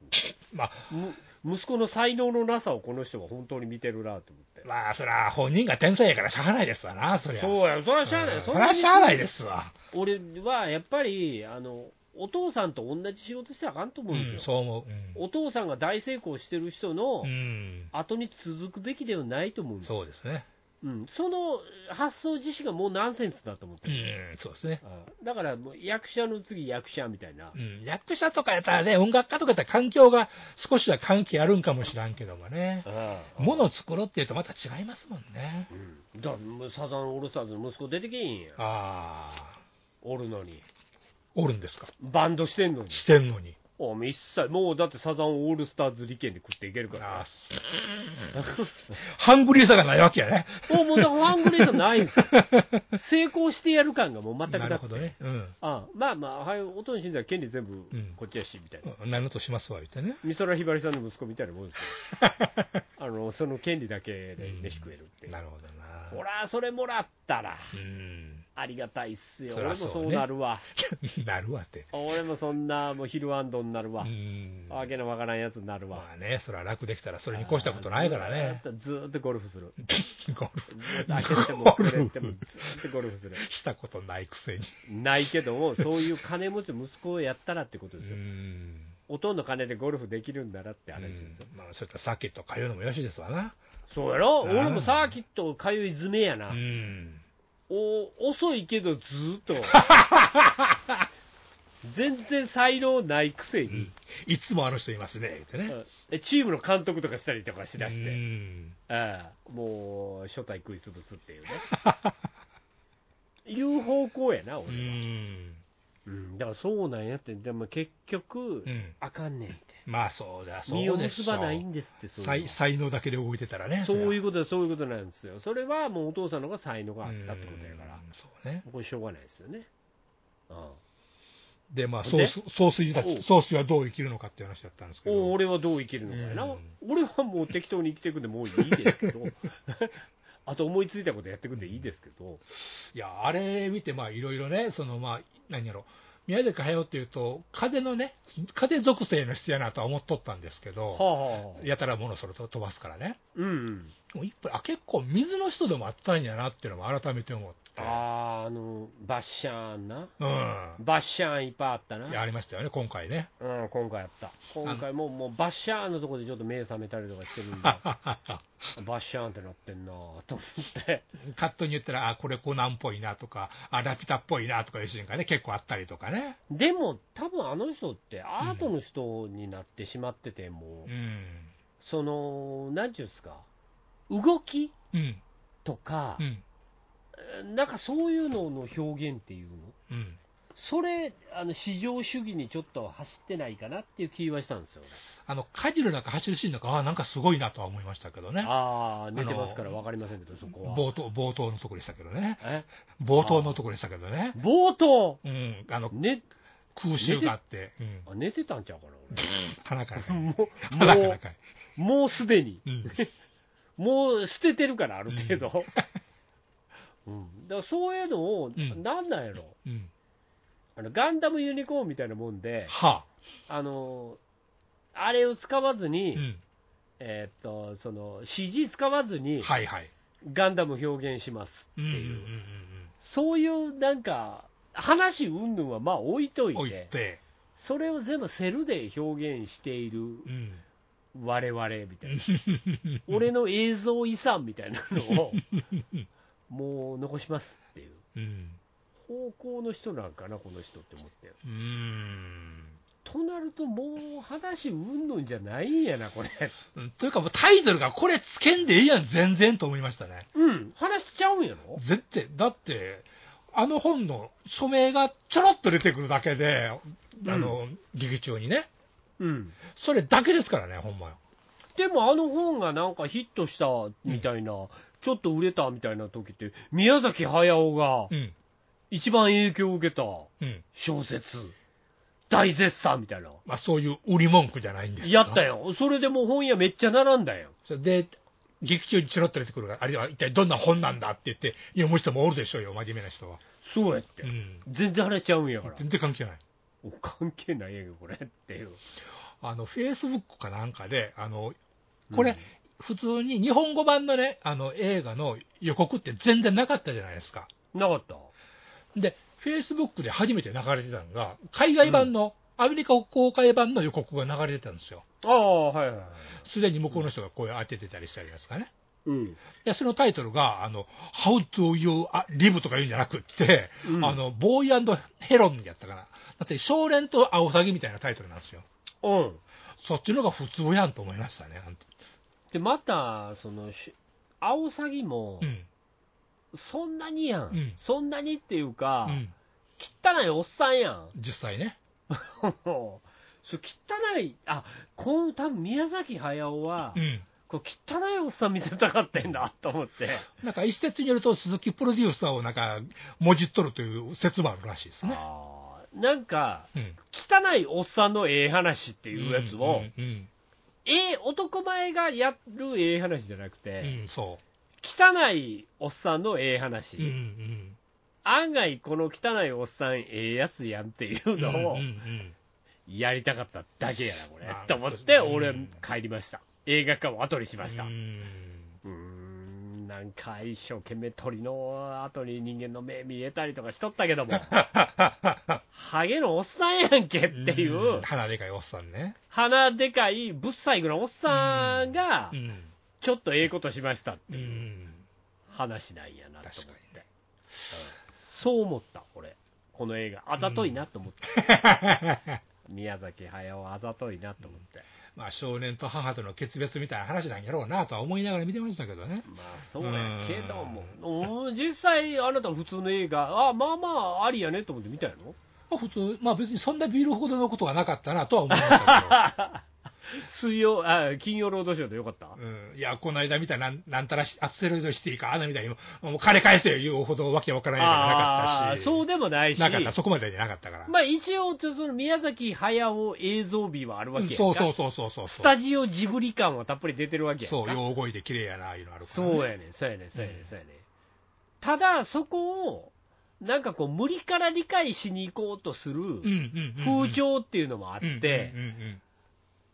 Speaker 3: まあ、
Speaker 2: 思ってむ息子の才能のなさをこの人は本当に見てるなと思って、
Speaker 3: まあ、そりゃ本人が天才やからしゃあないですわな、そりゃ。
Speaker 2: そうやそれはしゃあない、
Speaker 3: うん
Speaker 2: そ
Speaker 3: そ
Speaker 2: ん
Speaker 3: り
Speaker 2: な
Speaker 3: ゃ
Speaker 2: に
Speaker 3: しゃあないですわ。
Speaker 2: 俺はやっぱりあのお父さんと同じ仕事してあかんと思
Speaker 3: う
Speaker 2: うん
Speaker 3: ん、
Speaker 2: ですよ、
Speaker 3: そう思う。
Speaker 2: お父さんが大成功してる人の
Speaker 3: うん。うん、
Speaker 2: 後に続くべきではないと思うんです
Speaker 3: そうですね。
Speaker 2: うん、その発想自身がもうナンセンスだと思って
Speaker 3: う
Speaker 2: る、
Speaker 3: ん、そうですね。
Speaker 2: あだからもう役者の次役者みたいな
Speaker 3: う、ん、役者とかやったらね、音楽家とかやったら環境が少しは関係あるんかもしらんけどもね。ものを作ろうっていうとまた違いますもんね。
Speaker 2: うん、だからもうサザンオールスターズの息子出てけへんやん
Speaker 3: ああ、
Speaker 2: おるのに
Speaker 3: おるんですか。
Speaker 2: バンドしてんのに
Speaker 3: してんのに。
Speaker 2: お前一切もうだってサザンオールスターズ利権で食っていけるから
Speaker 3: ああ、すハングリーさがないわけやね。
Speaker 2: もうもうだからファングレードないんですよ成功してやる感がもう全くなく
Speaker 3: な
Speaker 2: て
Speaker 3: るほどね。うん。
Speaker 2: あまあまあ、はい、音に死んだら権利全部
Speaker 3: うん
Speaker 2: こっちやし、みたいな。
Speaker 3: 何のとしますわ、言ってね。
Speaker 2: 美空ひばりさんの息子みたいなもんです よ。あの、その権利だけで飯食えるっていう。
Speaker 3: なるほどな。
Speaker 2: ほら、それもらったら、
Speaker 3: うん。
Speaker 2: ありがたいっすよ。
Speaker 3: そ
Speaker 2: 俺
Speaker 3: ら
Speaker 2: も
Speaker 3: そうね
Speaker 2: そうなるわ。
Speaker 3: なるわって。
Speaker 2: 俺もそんな、もうヒルアンドになる
Speaker 3: う
Speaker 2: わ。
Speaker 3: ん。
Speaker 2: わけのわからんやつになるわ
Speaker 3: ま。あね、それは楽できたらそれに越したことないからね。
Speaker 2: ずーっと。ずーっとゴルフする。
Speaker 3: ゴル
Speaker 2: ず
Speaker 3: フ
Speaker 2: ーっと開けても、これても、ずーっとゴルフする。
Speaker 3: したことないくせに。
Speaker 2: ないけども、そういう金持ち息子をやったらってこと
Speaker 3: う
Speaker 2: ですよ。
Speaker 3: ん。
Speaker 2: 音の金でゴルフできるんだなって
Speaker 3: う
Speaker 2: 話ですよ。
Speaker 3: んまあ、そういったサーキット通うのもよしですわな。
Speaker 2: そうやろ
Speaker 3: うん
Speaker 2: 俺もサーキット通い詰めやな。
Speaker 3: うん。
Speaker 2: お遅いけどずー っと。全然才能ないくせに、
Speaker 3: いつもあの人いますね、言って
Speaker 2: う
Speaker 3: ね。
Speaker 2: んえチームの監督とかしたりとかしだし
Speaker 3: う
Speaker 2: て、
Speaker 3: ん
Speaker 2: ああもう初対食い潰すっていうね。 いう方向やな、
Speaker 3: う
Speaker 2: 俺は。
Speaker 3: ん。
Speaker 2: うん、だからそうなんやって、でも結局、
Speaker 3: うん
Speaker 2: あかんねんって。
Speaker 3: まあ、そうだ、そうでし
Speaker 2: 身
Speaker 3: ょ
Speaker 2: を
Speaker 3: う
Speaker 2: 結ばないんですって、そういう
Speaker 3: 才才能だけで動いてたらね。
Speaker 2: そういううことだ、そういうことなんですよ。それはもうお父さんの方が才能があったってことやから、
Speaker 3: そうね。
Speaker 2: これしょうがないですよね。うん
Speaker 3: で、まあ、
Speaker 2: で
Speaker 3: 総帥総帥た
Speaker 2: お
Speaker 3: ち、総帥はどう生きるのかっていう話だったんですけ
Speaker 2: お
Speaker 3: ど。
Speaker 2: 俺はどう生きるのかやな、
Speaker 3: うん
Speaker 2: 俺はもう適当に生きていくんでもういいですけ ど、あと思いついたことやっていくんでいいですけど、
Speaker 3: いや、あれ見て、まあ、いろいろね、その、まあ、何やろ、宮崎駿っていうと、風のね、風属性の質やなとは思っとったんですけ
Speaker 2: は
Speaker 3: ど、
Speaker 2: あはあ
Speaker 3: やたらものそれと飛ばすからね。
Speaker 2: うんうん、
Speaker 3: もう一歩あ結構水の人でもあったんやなっていうのも改めて思って。
Speaker 2: あーあの、バッシャーンな、
Speaker 3: う
Speaker 2: バッシャーンいっぱいあった
Speaker 3: ん。いや、
Speaker 2: な、
Speaker 3: ありましたよね、今回ね。
Speaker 2: うん、今回あった、今回ももうバッシャーンのところでちょっと目覚めたりとかしてるん で、バッシャーンってなってんなと思って、
Speaker 3: カットに言ったら、あ、これコナンっぽいなとか、あ、ラピュタっぽいなとかいうシーンがね、結構あったりとかね。
Speaker 2: でも多分あの人ってアートの人になってしまってて、も
Speaker 3: う
Speaker 2: う、
Speaker 3: ん。
Speaker 2: その、なんていうんですか、動き
Speaker 3: うん。
Speaker 2: とか
Speaker 3: う、ん。
Speaker 2: なんかそういうのの表現っていうの、
Speaker 3: うん。
Speaker 2: それ、あの市場主義にちょっと走ってないかなっていう気はしたんですよ、
Speaker 3: あの、火事の中走るシーンなんか、あ、なんかすごいなとは思いましたけどね。
Speaker 2: ああ、寝てますから分かりませんけど、そこは。
Speaker 3: 冒頭、冒頭のとこでしたけどね。
Speaker 2: え
Speaker 3: 冒頭のとこでしたけどね。
Speaker 2: 冒頭、
Speaker 3: うん。あの、
Speaker 2: ね、
Speaker 3: 空襲があって、うん。
Speaker 2: あ寝てたんちゃうかな、
Speaker 3: 鼻からか
Speaker 2: 俺
Speaker 3: い。
Speaker 2: も
Speaker 3: 鼻か
Speaker 2: うも
Speaker 3: らかい。
Speaker 2: う、もうすでに、
Speaker 3: うん。
Speaker 2: もう捨ててるから、ある程度。 うん、だからそういうのを、
Speaker 3: うん
Speaker 2: なんなんやろ、
Speaker 3: うん。
Speaker 2: あのガンダムユニコーンみたいなもんで、
Speaker 3: は
Speaker 2: あのあれを使わず
Speaker 3: あ。
Speaker 2: に、
Speaker 3: うん。
Speaker 2: えーっとその CG 使わずに、
Speaker 3: はいはい。
Speaker 2: ガンダム表現します
Speaker 3: う
Speaker 2: っ
Speaker 3: ん
Speaker 2: て
Speaker 3: うんうん
Speaker 2: いう、
Speaker 3: うん
Speaker 2: そういうなんか、話云々はまあ置いと
Speaker 3: うん。
Speaker 2: い
Speaker 3: 置い
Speaker 2: て、
Speaker 3: て。
Speaker 2: それを全部セルで表現している
Speaker 3: うん。
Speaker 2: 我々みたいな、 俺の映像遺産みたいなのを、もう残しますっていう
Speaker 3: うん。
Speaker 2: 方向の人なんかな、この人って思って。
Speaker 3: うーん。
Speaker 2: となると、もう話云々じゃないんやな、これ。
Speaker 3: うんというかもうタイトルがこれつけんでいいやん、全然と思いましたね。
Speaker 2: うん、話しちゃうんやろ
Speaker 3: 全然。だって、あの本の署名がちょろっと出てくるだけで、あの、劇中にね。
Speaker 2: うん。
Speaker 3: それだけですからね、ほんまよ。
Speaker 2: でもあの本がなんかヒットしたみたいな、ちょっと売れたみたいな時って、宮崎駿が
Speaker 3: うん。
Speaker 2: 一番影響を受けた
Speaker 3: うん。
Speaker 2: 小説、大絶賛みたいな、
Speaker 3: まあそういう売り文句じゃないんです
Speaker 2: やった
Speaker 3: よ。
Speaker 2: よ、それでもう本屋めっちゃ並んだよ、
Speaker 3: それで、劇中にちょろっと出てくるから、あれは一体どんな本なんだって言って読む人もおるでしょうよ、真面目な人は。
Speaker 2: そうやって、
Speaker 3: うん。
Speaker 2: 全然話しちゃうんやから、
Speaker 3: 全然関係ない。
Speaker 2: お関係ないやんけ、これっていう、
Speaker 3: あの、フェイスブックかなんかで、あの、これ、
Speaker 2: うん
Speaker 3: 普通に日本語版のね、あの、映画の予告って全然なかったじゃないですか。
Speaker 2: なかった、
Speaker 3: で、フェイスブックで初めて流れてたのが、海外版の、アメリカ公開版の予告が流れてたんですよ。
Speaker 2: ああ、はいはいはい、
Speaker 3: すでに向こうの人が声を当ててたりしたりですかね。
Speaker 2: うん、
Speaker 3: で、そのタイトルが、あの、How do you ah, live とか言うんじゃなくって、
Speaker 2: うん
Speaker 3: あの、ボーイヘロンやったかな。だって、少年とアオサギみたいなタイトルなんですよ。
Speaker 2: うん、
Speaker 3: そっちのが普通やんと思いましたね、あんた
Speaker 2: で、また、その、しアオサギも
Speaker 3: う、ん。
Speaker 2: そんなにやん、
Speaker 3: うん
Speaker 2: そんなにっていうか、
Speaker 3: うん。
Speaker 2: 汚いおっさんやん。
Speaker 3: 実際ね。
Speaker 2: そう汚い、あこの多分宮崎駿は、
Speaker 3: うん。
Speaker 2: こう汚いおっさん見せたかったんだと思って、
Speaker 3: なんか一説によると、鈴木プロデューサーをなんか、もじっとるという説もあるらしいですね。
Speaker 2: あーなんか、
Speaker 3: うん。
Speaker 2: 汚いおっさんのええ話っていうやつを、
Speaker 3: うんうん
Speaker 2: ええ男前がやるええ話じゃなく
Speaker 3: う
Speaker 2: て、
Speaker 3: ん、うんそ
Speaker 2: 汚いおっさんのええ話、
Speaker 3: う。うんうん
Speaker 2: 案外、この汚いおっさんええやつやんっていう
Speaker 3: うん。
Speaker 2: のを
Speaker 3: うんうんうん
Speaker 2: やりたかっただけやな、これ
Speaker 3: あ。ー
Speaker 2: と思って、
Speaker 3: うん
Speaker 2: 俺、帰りました。映画館を後にしました
Speaker 3: う。ん、
Speaker 2: うーん、ななんか一生懸命鳥の後に人間の目見えたりとかしとったけども、ハゲのおっさんやんけっていううん
Speaker 3: 鼻でかいおっさんね。
Speaker 2: 鼻でかいぶっ最後のおっさんが
Speaker 3: う、ん。
Speaker 2: ちょっとええことしましたって
Speaker 3: う。
Speaker 2: いうん話なんやなと思って
Speaker 3: 確、かにね。
Speaker 2: そう思った、俺、この映画、あざといなと思った、宮崎駿、あざといなと思って、
Speaker 3: まあ、少年と母との決別みたいな話なんやろうなとは思いながら見てましたけどね。
Speaker 2: まあそうやけども、うん実際、あなた、普通の映画、あまあまあ、ありやねと思って見たやろ
Speaker 3: まあ、普通、まあ別にそんなビールほどのことはなかったなとは思いました
Speaker 2: 水曜あ金曜ロードショーでよかった、
Speaker 3: けど。うん、いや、この間見たなんなんたらしアステロイドシティか、あんなみたいに、もう金返せよ言うほどわけわからないのがなか
Speaker 2: あ
Speaker 3: った
Speaker 2: あ
Speaker 3: し。
Speaker 2: そうでもないし、
Speaker 3: なかった、そこまでじゃなかったから。
Speaker 2: まあ、一応、その宮崎駿映像美はあるわ
Speaker 3: う
Speaker 2: け
Speaker 3: ん
Speaker 2: やんか
Speaker 3: そうそうそうそうそう。
Speaker 2: スタジオジブリ感はたっぷり出てるわけやん
Speaker 3: そう、
Speaker 2: か
Speaker 3: 用語彙で綺麗やな、ああいうのあるから、ね。
Speaker 2: そうやねんそうやねんそうやね
Speaker 3: うん
Speaker 2: んそうやねんただ、そこをなんかこう無理から理解しに行こうとする
Speaker 3: うんうんうんうん。
Speaker 2: 風潮っていうのもあって、
Speaker 3: うんうんうんうん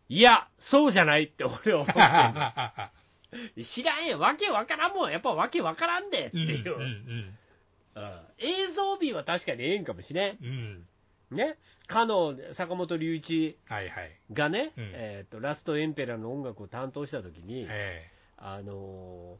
Speaker 2: いや、そうじゃないって俺は思ってんの
Speaker 3: う
Speaker 2: 知らんやん、わけわからんもん、やっぱわけわからんでって
Speaker 3: んうん
Speaker 2: いう、うん映像美は確かにええんかもしれん、
Speaker 3: うんうん。
Speaker 2: ね、かの坂本龍一
Speaker 3: はいはい。
Speaker 2: がね、
Speaker 3: うん
Speaker 2: えーと、ラストエンペラーの音楽を担当したときに、
Speaker 3: え
Speaker 2: あの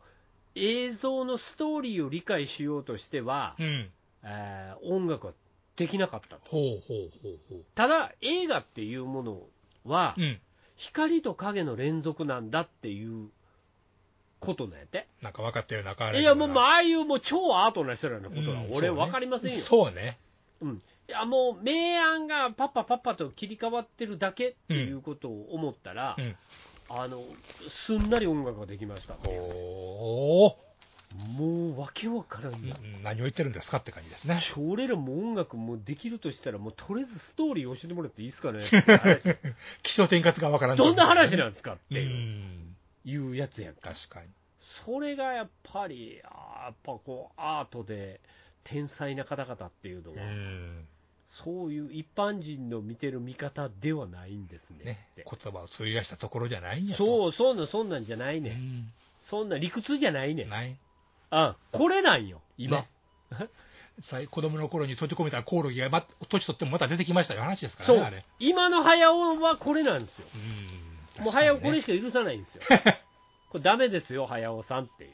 Speaker 2: ー映像のストーリーを理解しようとしては、
Speaker 3: えうん。
Speaker 2: えー音楽はできなかったと、
Speaker 3: ほうほうほうほ
Speaker 2: ただ映画っていうものは、
Speaker 3: う。うん。
Speaker 2: 光と影の連続なんだっていうことなんやって。
Speaker 3: なんか分かったような感
Speaker 2: いやもう、もうああいうもう超アートな人らのことは
Speaker 3: うん、
Speaker 2: 俺、
Speaker 3: そうね
Speaker 2: 分かりませんよ、
Speaker 3: そうね。
Speaker 2: うん、いやもう明暗がパッパパッパと切り替わってるだけっていうことを思ったら、
Speaker 3: うんうん
Speaker 2: あのすんなり音楽ができましたっていう
Speaker 3: ほ
Speaker 2: もうわけわからん
Speaker 3: う、うんう
Speaker 2: や、
Speaker 3: ん何を言ってるんですかって感じですね。
Speaker 2: ん、俺らも音楽もできるとしたら、もうとりあえずストーリー教えてもらっていいです かねって話
Speaker 3: 気象転換が分からん。
Speaker 2: どんな話
Speaker 3: っ
Speaker 2: なんですかって
Speaker 3: て
Speaker 2: いうう,、
Speaker 3: ん。
Speaker 2: いうやつやんか、
Speaker 3: 確かに。
Speaker 2: それがやっぱり、あーやっぱこうアートで天才な方々っていうのは。
Speaker 3: うん。
Speaker 2: そういう一般人の見てる見方ではないんですね
Speaker 3: ね
Speaker 2: っ、て。
Speaker 3: 言葉を費やしたところじゃないんやと。
Speaker 2: そう、そんなん、そんなんじゃないうねん。
Speaker 3: ん。
Speaker 2: そんな理屈じゃないねん。
Speaker 3: ない。
Speaker 2: あ、これなんよ、今。
Speaker 3: ねさい子供の頃に閉じ込めたコオロギがま年取ってもまた出てきましたよ話ですから
Speaker 2: そ
Speaker 3: ね、あ
Speaker 2: う
Speaker 3: れ。。
Speaker 2: 今の早尾はこれなんですよ。
Speaker 3: うん
Speaker 2: もう早尾これしか許さないん ですよ。これダメですよ、早尾さんって いう。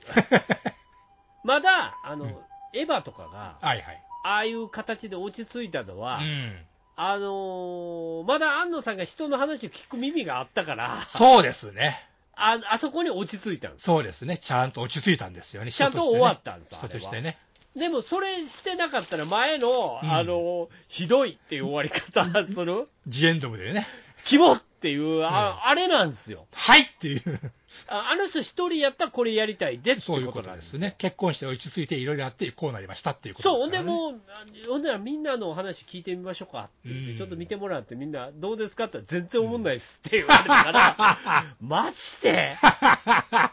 Speaker 2: まだ、あの、
Speaker 3: うん
Speaker 2: エヴァとかが、
Speaker 3: はいはい。
Speaker 2: ああいう形で落ち着いたのは、
Speaker 3: うん。
Speaker 2: あのーまだ安野さんが人の話を聞く耳があったから、
Speaker 3: そうですね。
Speaker 2: ああそこに落ち着いたんです
Speaker 3: そうですね。ちゃんと落ち着いたんですよね。
Speaker 2: ちゃんと終わったんです、
Speaker 3: 人
Speaker 2: あ
Speaker 3: と
Speaker 2: れ
Speaker 3: して
Speaker 2: は。
Speaker 3: ね。
Speaker 2: でもそれしてなかったら、前の、
Speaker 3: うん
Speaker 2: あの、ひどいっていう終わり方す る、
Speaker 3: ジエンドムでね。
Speaker 2: キモっていう、ああれなんですよ。
Speaker 3: はいっていう、
Speaker 2: ああの人一人やったらこれやりたいです
Speaker 3: そう
Speaker 2: っ
Speaker 3: い
Speaker 2: て
Speaker 3: う
Speaker 2: こ
Speaker 3: ことと
Speaker 2: なん
Speaker 3: で
Speaker 2: ですす
Speaker 3: ね
Speaker 2: ね。。
Speaker 3: 結婚して落ち着いていろいろあって、こうなりましたっていうこと
Speaker 2: そう、
Speaker 3: で
Speaker 2: ほ
Speaker 3: す
Speaker 2: ん
Speaker 3: か
Speaker 2: で
Speaker 3: らね。
Speaker 2: もう、あほんならみんなの話聞いてみましょうかって言って、
Speaker 3: うん
Speaker 2: ちょっと見てもらって、みんな、どうですかって言ったら全然おもんないですって言われたから、マジで、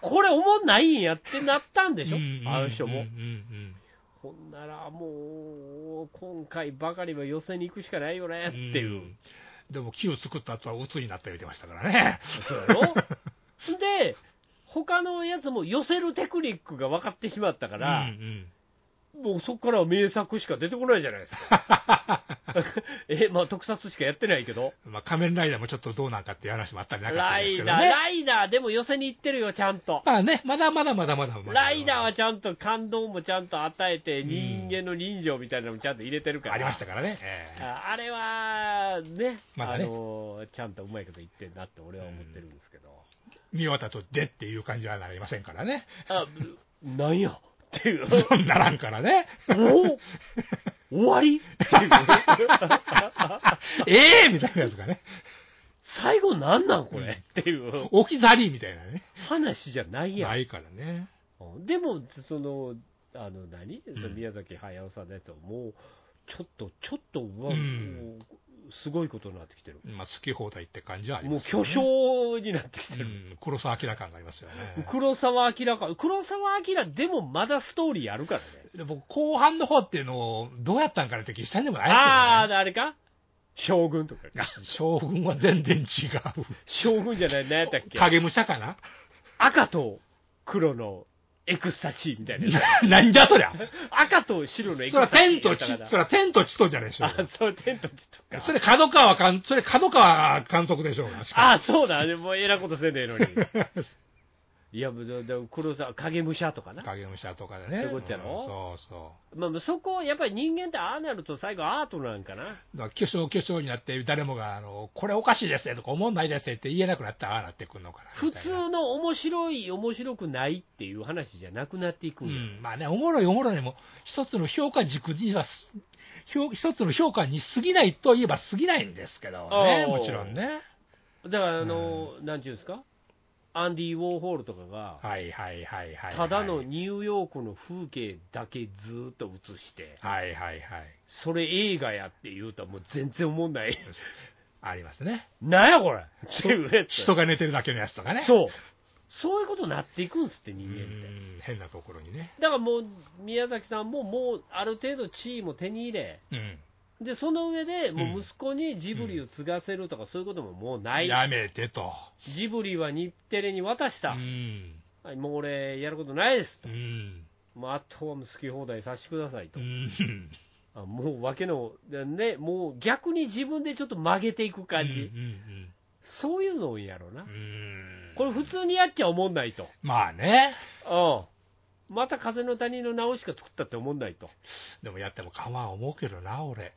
Speaker 2: これおもんないんやってなったんでしょ、
Speaker 3: うん
Speaker 2: あの人
Speaker 3: う
Speaker 2: も
Speaker 3: んう。ん
Speaker 2: ほんならもう、今回ばかりは寄せに行くしかないよね
Speaker 3: う
Speaker 2: っ
Speaker 3: ん
Speaker 2: て
Speaker 3: うん
Speaker 2: いう、
Speaker 3: でも、木を作った後は鬱になった言ってましたからね。
Speaker 2: そうやろで、他のやつも寄せるテクニックが分かってしまったか
Speaker 3: う
Speaker 2: ら、
Speaker 3: ん
Speaker 2: もうそこからは名作しか出てこないじゃないですか。 え、まあ特撮しかやってないけど。
Speaker 3: うんまあ、仮面ライダーもちょっとどうなんかっていう話もあったりなかった
Speaker 2: ラ
Speaker 3: んです
Speaker 2: イ
Speaker 3: けど
Speaker 2: ダー、
Speaker 3: ね。
Speaker 2: ライダーでも寄せに行ってるよ、ちゃんと。
Speaker 3: まあね、まだまだまだまだまだまだ。
Speaker 2: ライダーはちゃんと感動もちゃんと与えて、
Speaker 3: ん
Speaker 2: 人間の人情みたいなのもちゃんと入れてるから。
Speaker 3: ありましたからね。ええ
Speaker 2: ああれはね、
Speaker 3: まだね
Speaker 2: あのちゃんとうまいこと言ってんなって俺は思ってるんですけど、
Speaker 3: 見終わった後、でっていう感じはなりませんからね。
Speaker 2: あなんやっていう、
Speaker 3: そんならんからね。
Speaker 2: お終わりっていう、
Speaker 3: ええみたいなやつがね。
Speaker 2: 最後なんなん、これっていう
Speaker 3: 置き去りみたいなね。
Speaker 2: 話じゃないやん
Speaker 3: な、いからね。
Speaker 2: でも、その、あの何、
Speaker 3: ん
Speaker 2: その宮崎駿さんのやつは、もう、ちょっと、ちょっと、うわ
Speaker 3: うん
Speaker 2: もうすごいことになってきてる、
Speaker 3: まあ、好き放題って感じはあり
Speaker 2: も
Speaker 3: ま
Speaker 2: う
Speaker 3: すよ
Speaker 2: 巨
Speaker 3: ね。
Speaker 2: 匠になってきて
Speaker 3: う
Speaker 2: る。
Speaker 3: ん、黒沢明感がありますよね。
Speaker 2: 黒沢明か、黒沢明でもまだストーリーあるからね。
Speaker 3: で僕、後半の方っていうのを、どうやったんかなって気したんでもないですけど、ね。
Speaker 2: ああ、あれか将軍とかか。
Speaker 3: 将軍は全 然違う。
Speaker 2: 将軍じゃない、何やったっけ
Speaker 3: 影武者かな
Speaker 2: 赤と黒のエクスタシーみたいなや
Speaker 3: ななんじゃそりゃ。
Speaker 2: つ。赤と白のエクスタシー。
Speaker 3: そら天と地
Speaker 2: や、った
Speaker 3: そ
Speaker 2: から
Speaker 3: 天と地とじゃねえでしょう
Speaker 2: あ、そう、天と地とか。
Speaker 3: それ角川かん、それ角川監督でしょうがしか
Speaker 2: あ、そうだ、でもえらいことせんでええのに。いや、もうだだ黒沢、影武者とか
Speaker 3: も。
Speaker 2: な。
Speaker 3: 影武者とかでね。
Speaker 2: そういうことやろ
Speaker 3: うんそうそ
Speaker 2: まあ、そこ、やっぱり人間ってああなると最後アートなんかな。
Speaker 3: う。だから巨匠巨匠になって、誰もが、あの、これおかしいですねとか、思んないですねって言えなくなったら、ああなってくんのかな。
Speaker 2: 普
Speaker 3: みたいな
Speaker 2: 通の面白い、面白くないっていう話じゃなくなっていく
Speaker 3: うん
Speaker 2: よ
Speaker 3: ん。まあね、おもろいおもろいにも、一つの評価軸にはす、評一つの評価に過ぎないといえば過ぎないんですけどね、
Speaker 2: おう
Speaker 3: もちろんね。
Speaker 2: だから、あの、なんていうんですか、アンディ・ウォーホールとかが、
Speaker 3: はいはいはいはい。
Speaker 2: ただのニューヨークの風景だけずーっと映して、
Speaker 3: はいはいはい。
Speaker 2: それ映画やって言うと、もう全然思んない。
Speaker 3: ありますね。
Speaker 2: なんやこれっていうやつ
Speaker 3: 人が寝てるだけのやつとかね。
Speaker 2: そう。そういうことになっていくんですって、人
Speaker 3: う
Speaker 2: 間って。
Speaker 3: ん変なところにね。
Speaker 2: だからもう、宮崎さんももうある程度地位も手に入れ、
Speaker 3: うん。
Speaker 2: でその上で、も
Speaker 3: ん
Speaker 2: う息子にジブリを継がせるとか、そういうことももうない、
Speaker 3: やめてと。
Speaker 2: ジブリは日テレに渡し
Speaker 3: う
Speaker 2: た、
Speaker 3: ん。
Speaker 2: はいもう俺、やることないです
Speaker 3: う
Speaker 2: と、
Speaker 3: ん。
Speaker 2: もうあとはもう好き放題させてくださいと
Speaker 3: う、ん。
Speaker 2: あもうわけの、でね、もう逆に自分でちょっと曲げていく感じ、
Speaker 3: うん
Speaker 2: そういうのをやろうな、
Speaker 3: うんうん。
Speaker 2: これ、普通にやっちゃ思んないと、
Speaker 3: まあね。
Speaker 2: うん、また風の谷の直しか作ったって思んないと。
Speaker 3: でもやっても構わん思うけどな、俺。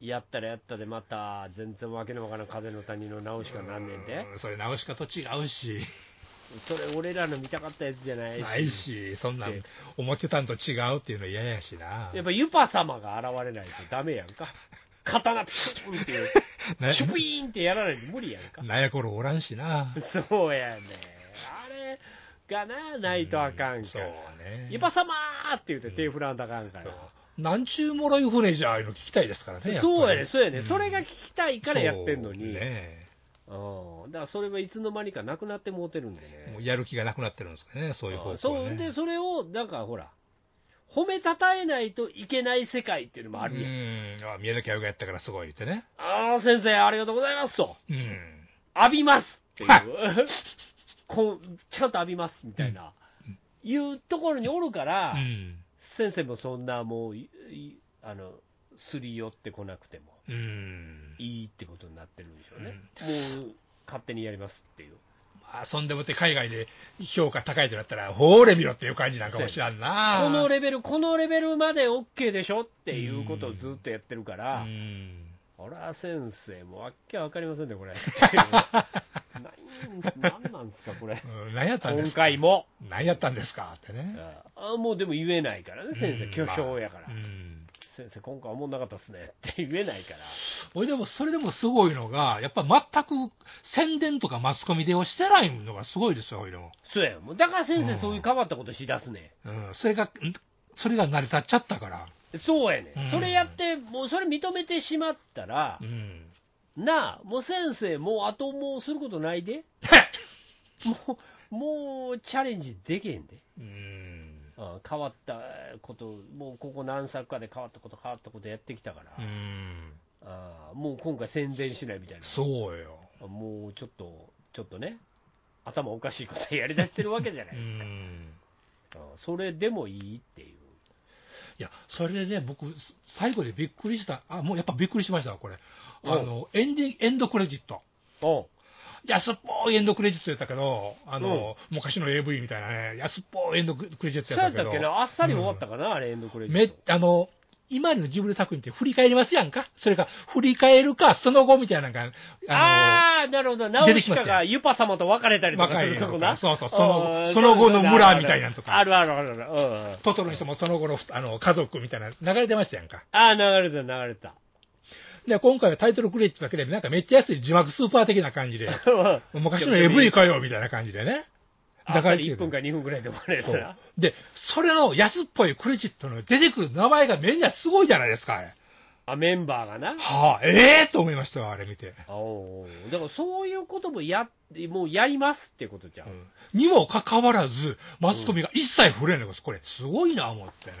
Speaker 2: やったらやったでまた全然わけのわからん風の谷の直しかなんねんで
Speaker 3: うんそれ直し方違うし、
Speaker 2: それ俺らの見たかったやつじゃないし
Speaker 3: ないし、そんなん
Speaker 2: で
Speaker 3: 思ってたんと違うっていうの嫌やしな。
Speaker 2: やっぱユパ様が現れないとダメやんか刀ピューン って
Speaker 3: な
Speaker 2: シュピーンってやらないと無理やんか
Speaker 3: なんやころおらんしな。
Speaker 2: そうやねんあれがなないとあかんか
Speaker 3: そう
Speaker 2: ら
Speaker 3: ね。
Speaker 2: ユパ様ーって言って手振らんとあかんか
Speaker 3: そう
Speaker 2: ら
Speaker 3: なんちゅうもろい船じゃああいうの聞きたいですからね。っぱり
Speaker 2: そうやねそうやね
Speaker 3: ん
Speaker 2: それが聞きたいからやってんの
Speaker 3: そう
Speaker 2: に
Speaker 3: ね
Speaker 2: うんだからそれはいつの間にかなくなってもうてるんでね
Speaker 3: もうやる気がなくなってるんですかね、そういう方向、ね、
Speaker 2: そうでそれをなんかほら褒めたたえないといけない世界っていうのもあるやん、
Speaker 3: うんあ宮崎駿がやったからすごいってね。
Speaker 2: ああ先生ありがとうございますと
Speaker 3: うん。
Speaker 2: 浴びますっていうこうちゃんと浴びますみたいな、いうところにおるから、
Speaker 3: うん。
Speaker 2: 先生もそんなもういいあのすり寄ってこなくても
Speaker 3: うん。
Speaker 2: いいってことになってるんでしょうね、もう勝手にやりますっていう
Speaker 3: まあ、そんでもって海外で評価高いとなったら、ほーれ見ろっていう感じなんかもしらんな。
Speaker 2: このレベルこのレベルまで OK でしょっていうことをずっとやってるから、
Speaker 3: うん。
Speaker 2: あら先生、もうわっけわかりませんね、こ れ。なんなんなんすか、これ。
Speaker 3: うん何やったんで
Speaker 2: 今
Speaker 3: すか
Speaker 2: 回も。
Speaker 3: 何やったんですかってね。
Speaker 2: あもうでも言えないからね、先生、
Speaker 3: うん
Speaker 2: 巨匠やから
Speaker 3: う。ん。
Speaker 2: 先生、今回はもんなかったっすねって言えないから。
Speaker 3: 俺でも、それでもすごいのが、やっぱ全く宣伝とかマスコミでをしてないのがすごいですよ、俺でも。
Speaker 2: そうや、もうだから先
Speaker 3: う
Speaker 2: 生、
Speaker 3: ん
Speaker 2: そういう変わったことしだすね。
Speaker 3: うん。それが、んそれが成り立っちゃったから。
Speaker 2: そうやね
Speaker 3: うん
Speaker 2: ん。それやって、もうそれ認めてしまったら
Speaker 3: う、ん。
Speaker 2: なあ、もう先生、もう後もうすることないで。もう、もうチャレンジできへんで。
Speaker 3: うん。
Speaker 2: うん変わったこと、もうここ何作かで変わったこと、変わったことやってきたから、
Speaker 3: うん。
Speaker 2: あーもう今回宣伝しないみたい
Speaker 3: そうよ。
Speaker 2: な、もうちょっと、ちょっとね、頭おかしいことやりだしてるわけじゃな
Speaker 3: う
Speaker 2: いですか、
Speaker 3: ん。
Speaker 2: うんそれでもいいっていう、
Speaker 3: いや、それでね、僕、す最後でびっくりした、あ、もうやっぱびっくりしましたわ、これ。あ
Speaker 2: お
Speaker 3: の、エンディング、エンドクレジット。
Speaker 2: お
Speaker 3: 安っぽいエンドクレジットやったけど、あの、昔の AV みたいなね、安っぽいエンドクレジッ
Speaker 2: そ
Speaker 3: ト
Speaker 2: うや
Speaker 3: やっ
Speaker 2: った
Speaker 3: け
Speaker 2: たっ
Speaker 3: ど。
Speaker 2: けな、あっさり終わったかな、あれ、エンドクレジ
Speaker 3: め
Speaker 2: ット。
Speaker 3: あの、今のジブリ作品って振り返りますやんかそれか、振り返るか、その後みたいなのが、
Speaker 2: あ
Speaker 3: あ
Speaker 2: あー、なるほど、ナ
Speaker 3: 出て
Speaker 2: ウ
Speaker 3: き
Speaker 2: シ
Speaker 3: ますよ
Speaker 2: カがユパ様と別れたりとかするとこな、
Speaker 3: 別れるとかそうそうその
Speaker 2: うん
Speaker 3: その後の村みたいなんとか
Speaker 2: あるあるあるある、うんうん
Speaker 3: の、トトロの人もその後の、あの、家族みたいな流れてましたやんか。
Speaker 2: ああ、流れた、流れた。
Speaker 3: で、今回はタイトルクレジットだけで、なんかめっちゃ安い字幕スーパー的な感じ で、昔の AV かよみたいな感じでね。
Speaker 2: だから1分か2分ぐらいで終わるやつな。
Speaker 3: で、それの安っぽいクレジットの出てくる名前がみんなすごいじゃないですか。
Speaker 2: あ、メンバーがな。
Speaker 3: はあ、ええと思いましたよ、あれ見て。
Speaker 2: あおうだからそういうこともや、もうやりますってことじゃん。
Speaker 3: にもかかわらず、マスコミが一切触れないんです。これ、すごいな、思ってね。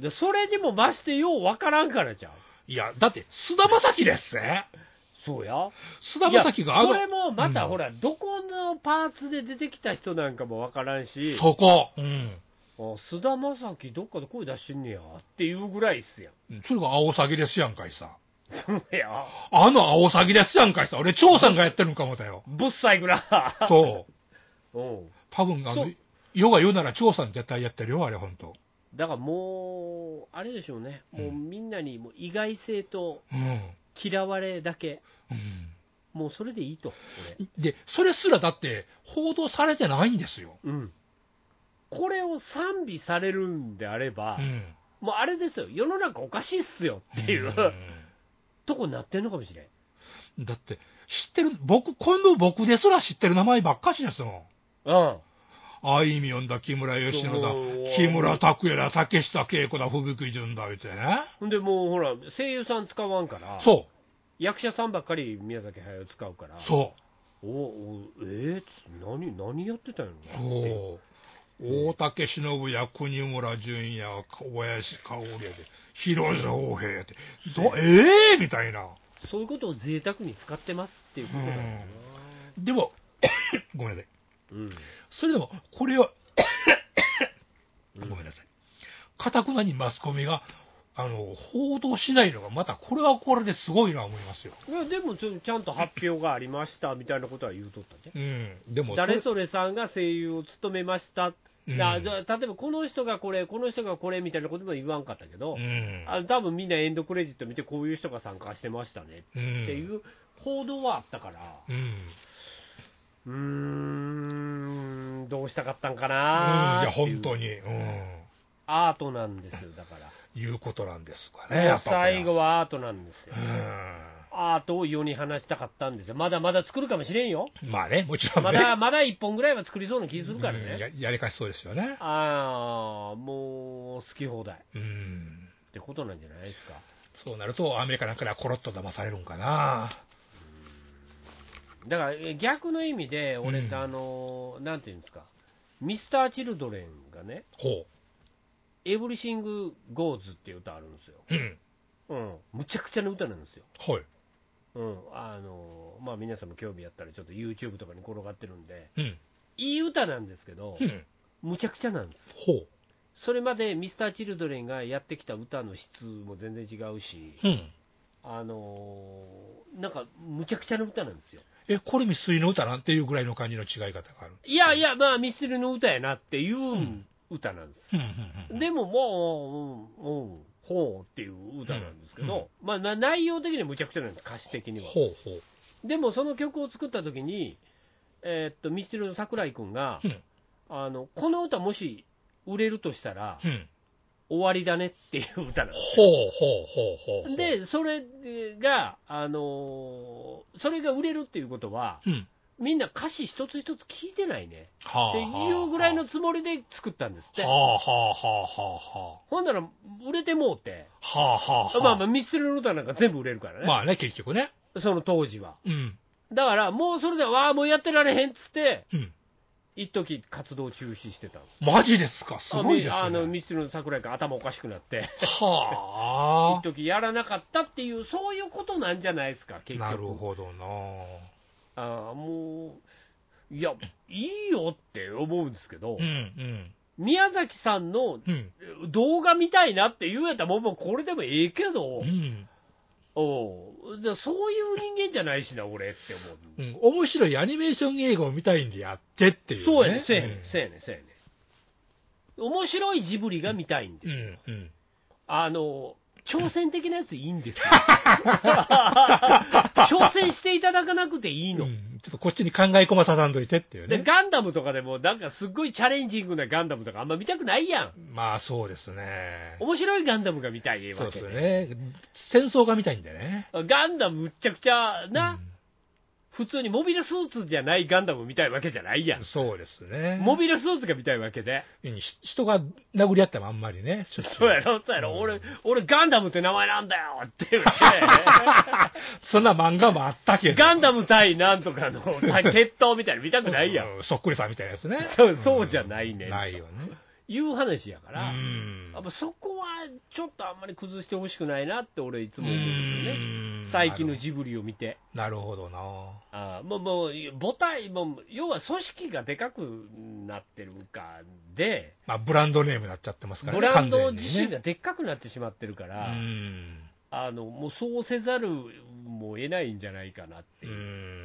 Speaker 2: でそれにもましてようわからんからじゃん。
Speaker 3: いや、だって、菅田将暉ですね。
Speaker 2: そうや。
Speaker 3: 菅
Speaker 2: いや
Speaker 3: 田将暉があの、
Speaker 2: それもまた
Speaker 3: うん
Speaker 2: ほら、どこのパーツで出てきた人なんかもわからんし、
Speaker 3: そこ、うん。
Speaker 2: あ菅田将暉どっかで声出してんねやっていうぐらいっすやん。
Speaker 3: それが青サギですやんかいさ。
Speaker 2: そうや。
Speaker 3: あの青サギですやんかいさ。俺、張さんがやってるんかもだよ。
Speaker 2: ぶっさいぐらい。
Speaker 3: そう。
Speaker 2: うん。
Speaker 3: 多分あ
Speaker 2: そ
Speaker 3: の
Speaker 2: う、
Speaker 3: 世が世なら張さん絶対やってるよ、あれ、本当
Speaker 2: だからもう、あれでしょうね。もう
Speaker 3: うん
Speaker 2: みんなにもう意外性と
Speaker 3: うん。
Speaker 2: 嫌われだけ。
Speaker 3: うん。
Speaker 2: もうそれでいいと、
Speaker 3: で、それすらだって、報道されてないんですよ。
Speaker 2: 俺。うん。これを賛美されるんであれば、
Speaker 3: うん。
Speaker 2: もうあれですよ、世の中おかしいっすよっていう、 とこになってんのかもしれん。
Speaker 3: うんだって、知ってる、僕、今度僕ですら知ってる名前ばっかしですもん。
Speaker 2: うん。
Speaker 3: あいみょんだ、木村佳乃だ
Speaker 2: そう、
Speaker 3: 木村拓哉だ、竹下恵子だ、吹雪純だ、言うてね。
Speaker 2: ほんでもうほら、声優さん使わんから、
Speaker 3: そ
Speaker 2: 役者さんばっかり宮崎駿使うから、
Speaker 3: う、そ
Speaker 2: おおえー、つ何何やってたんやろ
Speaker 3: う、
Speaker 2: なっていう
Speaker 3: そう。大竹しのぶや国村淳也、小林薫やで、広瀬公平やで、どええー、みたいな。
Speaker 2: そういうことを贅沢に使ってますっていうことなんだよな、
Speaker 3: でも、ごめんなさい。
Speaker 2: うん
Speaker 3: それでも、これは、
Speaker 2: うん
Speaker 3: ごめんなさい。かたくなにマスコミが、あの、報道しないのが、またこれはこれですごいな思いますよ。
Speaker 2: いやでもちょちゃんと発表がありましたみたいなことは言うとったね
Speaker 3: うん。でも、
Speaker 2: 誰
Speaker 3: そ
Speaker 2: それさんが声優を務めました、
Speaker 3: うん
Speaker 2: だだ例えばこの人がこれこの人がこれみたいなことも言わんかったけど、
Speaker 3: れうん。
Speaker 2: あ多分みんなエンドクレジット見てこういう人が参加してましたね
Speaker 3: う
Speaker 2: っ
Speaker 3: ん
Speaker 2: ていう報道はあったから
Speaker 3: うん。うん。い
Speaker 2: うーんどうしたかったんかな
Speaker 3: や、
Speaker 2: っていう
Speaker 3: 本当に。うん。
Speaker 2: アートなんですよだから
Speaker 3: いうことなんですかね。
Speaker 2: も
Speaker 3: や
Speaker 2: う
Speaker 3: っぱこれは
Speaker 2: 最後はアートなんですよ。
Speaker 3: う
Speaker 2: アートを世に話したかったんですよ。まだまだ作るかもしれんよ。
Speaker 3: ん。まあね、もちろん
Speaker 2: ま
Speaker 3: ね。
Speaker 2: だ、まだ一本ぐらいは作りそうな気す
Speaker 3: う
Speaker 2: る
Speaker 3: ん
Speaker 2: から
Speaker 3: や
Speaker 2: ね。
Speaker 3: やり返しそうですよね。
Speaker 2: ああ、もう、好き放題っ
Speaker 3: うん。
Speaker 2: てことなんじゃないですか。
Speaker 3: そうなると、アメリカなんかではコロッと騙されるんかな。
Speaker 2: だから、え逆の意味で、俺、
Speaker 3: うん
Speaker 2: あの、なんていうんですか、ミスター・チルドレンがね、
Speaker 3: ほ
Speaker 2: エブリシング・ゴーズっていう歌あるんですよ。
Speaker 3: う。うん。
Speaker 2: うん。むちゃくちゃな歌なんですよ。
Speaker 3: はい。
Speaker 2: うん。あの、まあ、皆さんも興味あったら、ちょっと YouTube とかに転がってるんで、
Speaker 3: うん。
Speaker 2: いい歌なんですけど
Speaker 3: う、ん。
Speaker 2: むちゃくちゃなんですよ
Speaker 3: ほう。
Speaker 2: それまでミスターチルドレンがやってきた歌の質も全然違うし、
Speaker 3: うん。
Speaker 2: あのーなんか、むちゃくちゃな歌なんですよ。
Speaker 3: え、これ未遂の歌なんていうぐらいの感じの違い方がある。
Speaker 2: いやいや、まあ、ミスチルの歌やなっていう歌なんです。
Speaker 3: うんうん
Speaker 2: でも、もう、うん、うん、ほうっていう歌なんですけど、まあ、な内容的にはむちゃくちゃなんです、歌詞的には。
Speaker 3: ほうほう。
Speaker 2: でも、その曲を作った時に、えーっと、ミスチルの桜井君が、
Speaker 3: うん
Speaker 2: あの、この歌もし売れるとしたら、
Speaker 3: うん。
Speaker 2: 終わりだねっていう歌なんです。
Speaker 3: ほうほうほうほうほう。、
Speaker 2: で、それが、あのーそれが売れるっていうことは、
Speaker 3: うん。
Speaker 2: みんな歌詞一つ一つ聞いてないね
Speaker 3: は
Speaker 2: っていうぐらいのつもりで作ったんですって
Speaker 3: は、あはあはあはあは
Speaker 2: ほんなら売れてもうて、
Speaker 3: あ。はあはあはあ。
Speaker 2: まあまあ、ミスチルの歌なんか全部売れるからね、
Speaker 3: まあね、結局ね。
Speaker 2: その当時は。
Speaker 3: うん。
Speaker 2: だから、もうそれで、わあ、もうやってられへんっつって、
Speaker 3: うん。
Speaker 2: 一時活動中止してたの
Speaker 3: マジですか、すごいですね。
Speaker 2: あみあのミスチルの桜井君、頭おかしくなって、
Speaker 3: は
Speaker 2: 一時やらなかったっていう、そういうことなんじゃないですか、
Speaker 3: あ。
Speaker 2: 結局。
Speaker 3: なるほどな。
Speaker 2: あーもう、いや、いいよって思うんですけど、
Speaker 3: うん
Speaker 2: 宮崎さんの
Speaker 3: うん。うん。
Speaker 2: 動画見たいなって言うんやったら、もうもうこれでもええけど、
Speaker 3: うん。
Speaker 2: おうじゃあそういう人間じゃないしな、俺って思う。
Speaker 3: うん。面白いアニメーション映画を見たいんでやってっていう、ね。
Speaker 2: そうやね、そうやね
Speaker 3: ん、
Speaker 2: そうやね、そうやね。面白いジブリが見たいんですよ。
Speaker 3: うん。うん。
Speaker 2: あの、挑戦的なやついいん ですよ。挑戦していただかなくていいの
Speaker 3: う。んちょっとこっちに考え込まささんといてっていう
Speaker 2: で、
Speaker 3: ね。
Speaker 2: ガンダムとかでも、なんかすっごいチャレンジングなガンダムとかあんま見たくないやん。
Speaker 3: まあそうですね。
Speaker 2: 面白いガンダムが見たいわけ
Speaker 3: そうですよね。戦争が見たいんでね。
Speaker 2: ガンダムむっちゃくちゃな、
Speaker 3: うん
Speaker 2: 普通にモビルスーツじゃないガンダム見たいわけじゃないやん。
Speaker 3: そうですね。
Speaker 2: モビルスーツが見たいわけで。
Speaker 3: ひ人が殴り合ってもあんまりね。ちょっと
Speaker 2: そうやろ、そうやろ、
Speaker 3: うん
Speaker 2: 俺、俺ガンダムって名前なんだよって言っ
Speaker 3: そんな漫画もあったけ
Speaker 2: て、
Speaker 3: ど。
Speaker 2: ガンダム対なんとかの対決闘みたいなの見たくないやん。
Speaker 3: うんそっくりさんみたいなやつね。
Speaker 2: そうそうじゃないね
Speaker 3: うんないよね。
Speaker 2: いう話やから、
Speaker 3: うん
Speaker 2: やっぱそこはちょっとあんまり崩してほしくないなって、俺、いつも思うんですよね、
Speaker 3: うん
Speaker 2: 最近のジブリを見て、
Speaker 3: なるほどなるほ
Speaker 2: あーもうもう母体も、要は組織がでかくなってるかで、
Speaker 3: ど。まあ、ブランドネームになっちゃってますから
Speaker 2: ブ
Speaker 3: ね。
Speaker 2: ランド自身
Speaker 3: 完
Speaker 2: がでっかくなってしまってるか
Speaker 3: 全
Speaker 2: ら、
Speaker 3: にね
Speaker 2: あのもうそうせざるも得ないんじゃないかなって
Speaker 3: うん。う。
Speaker 2: いうん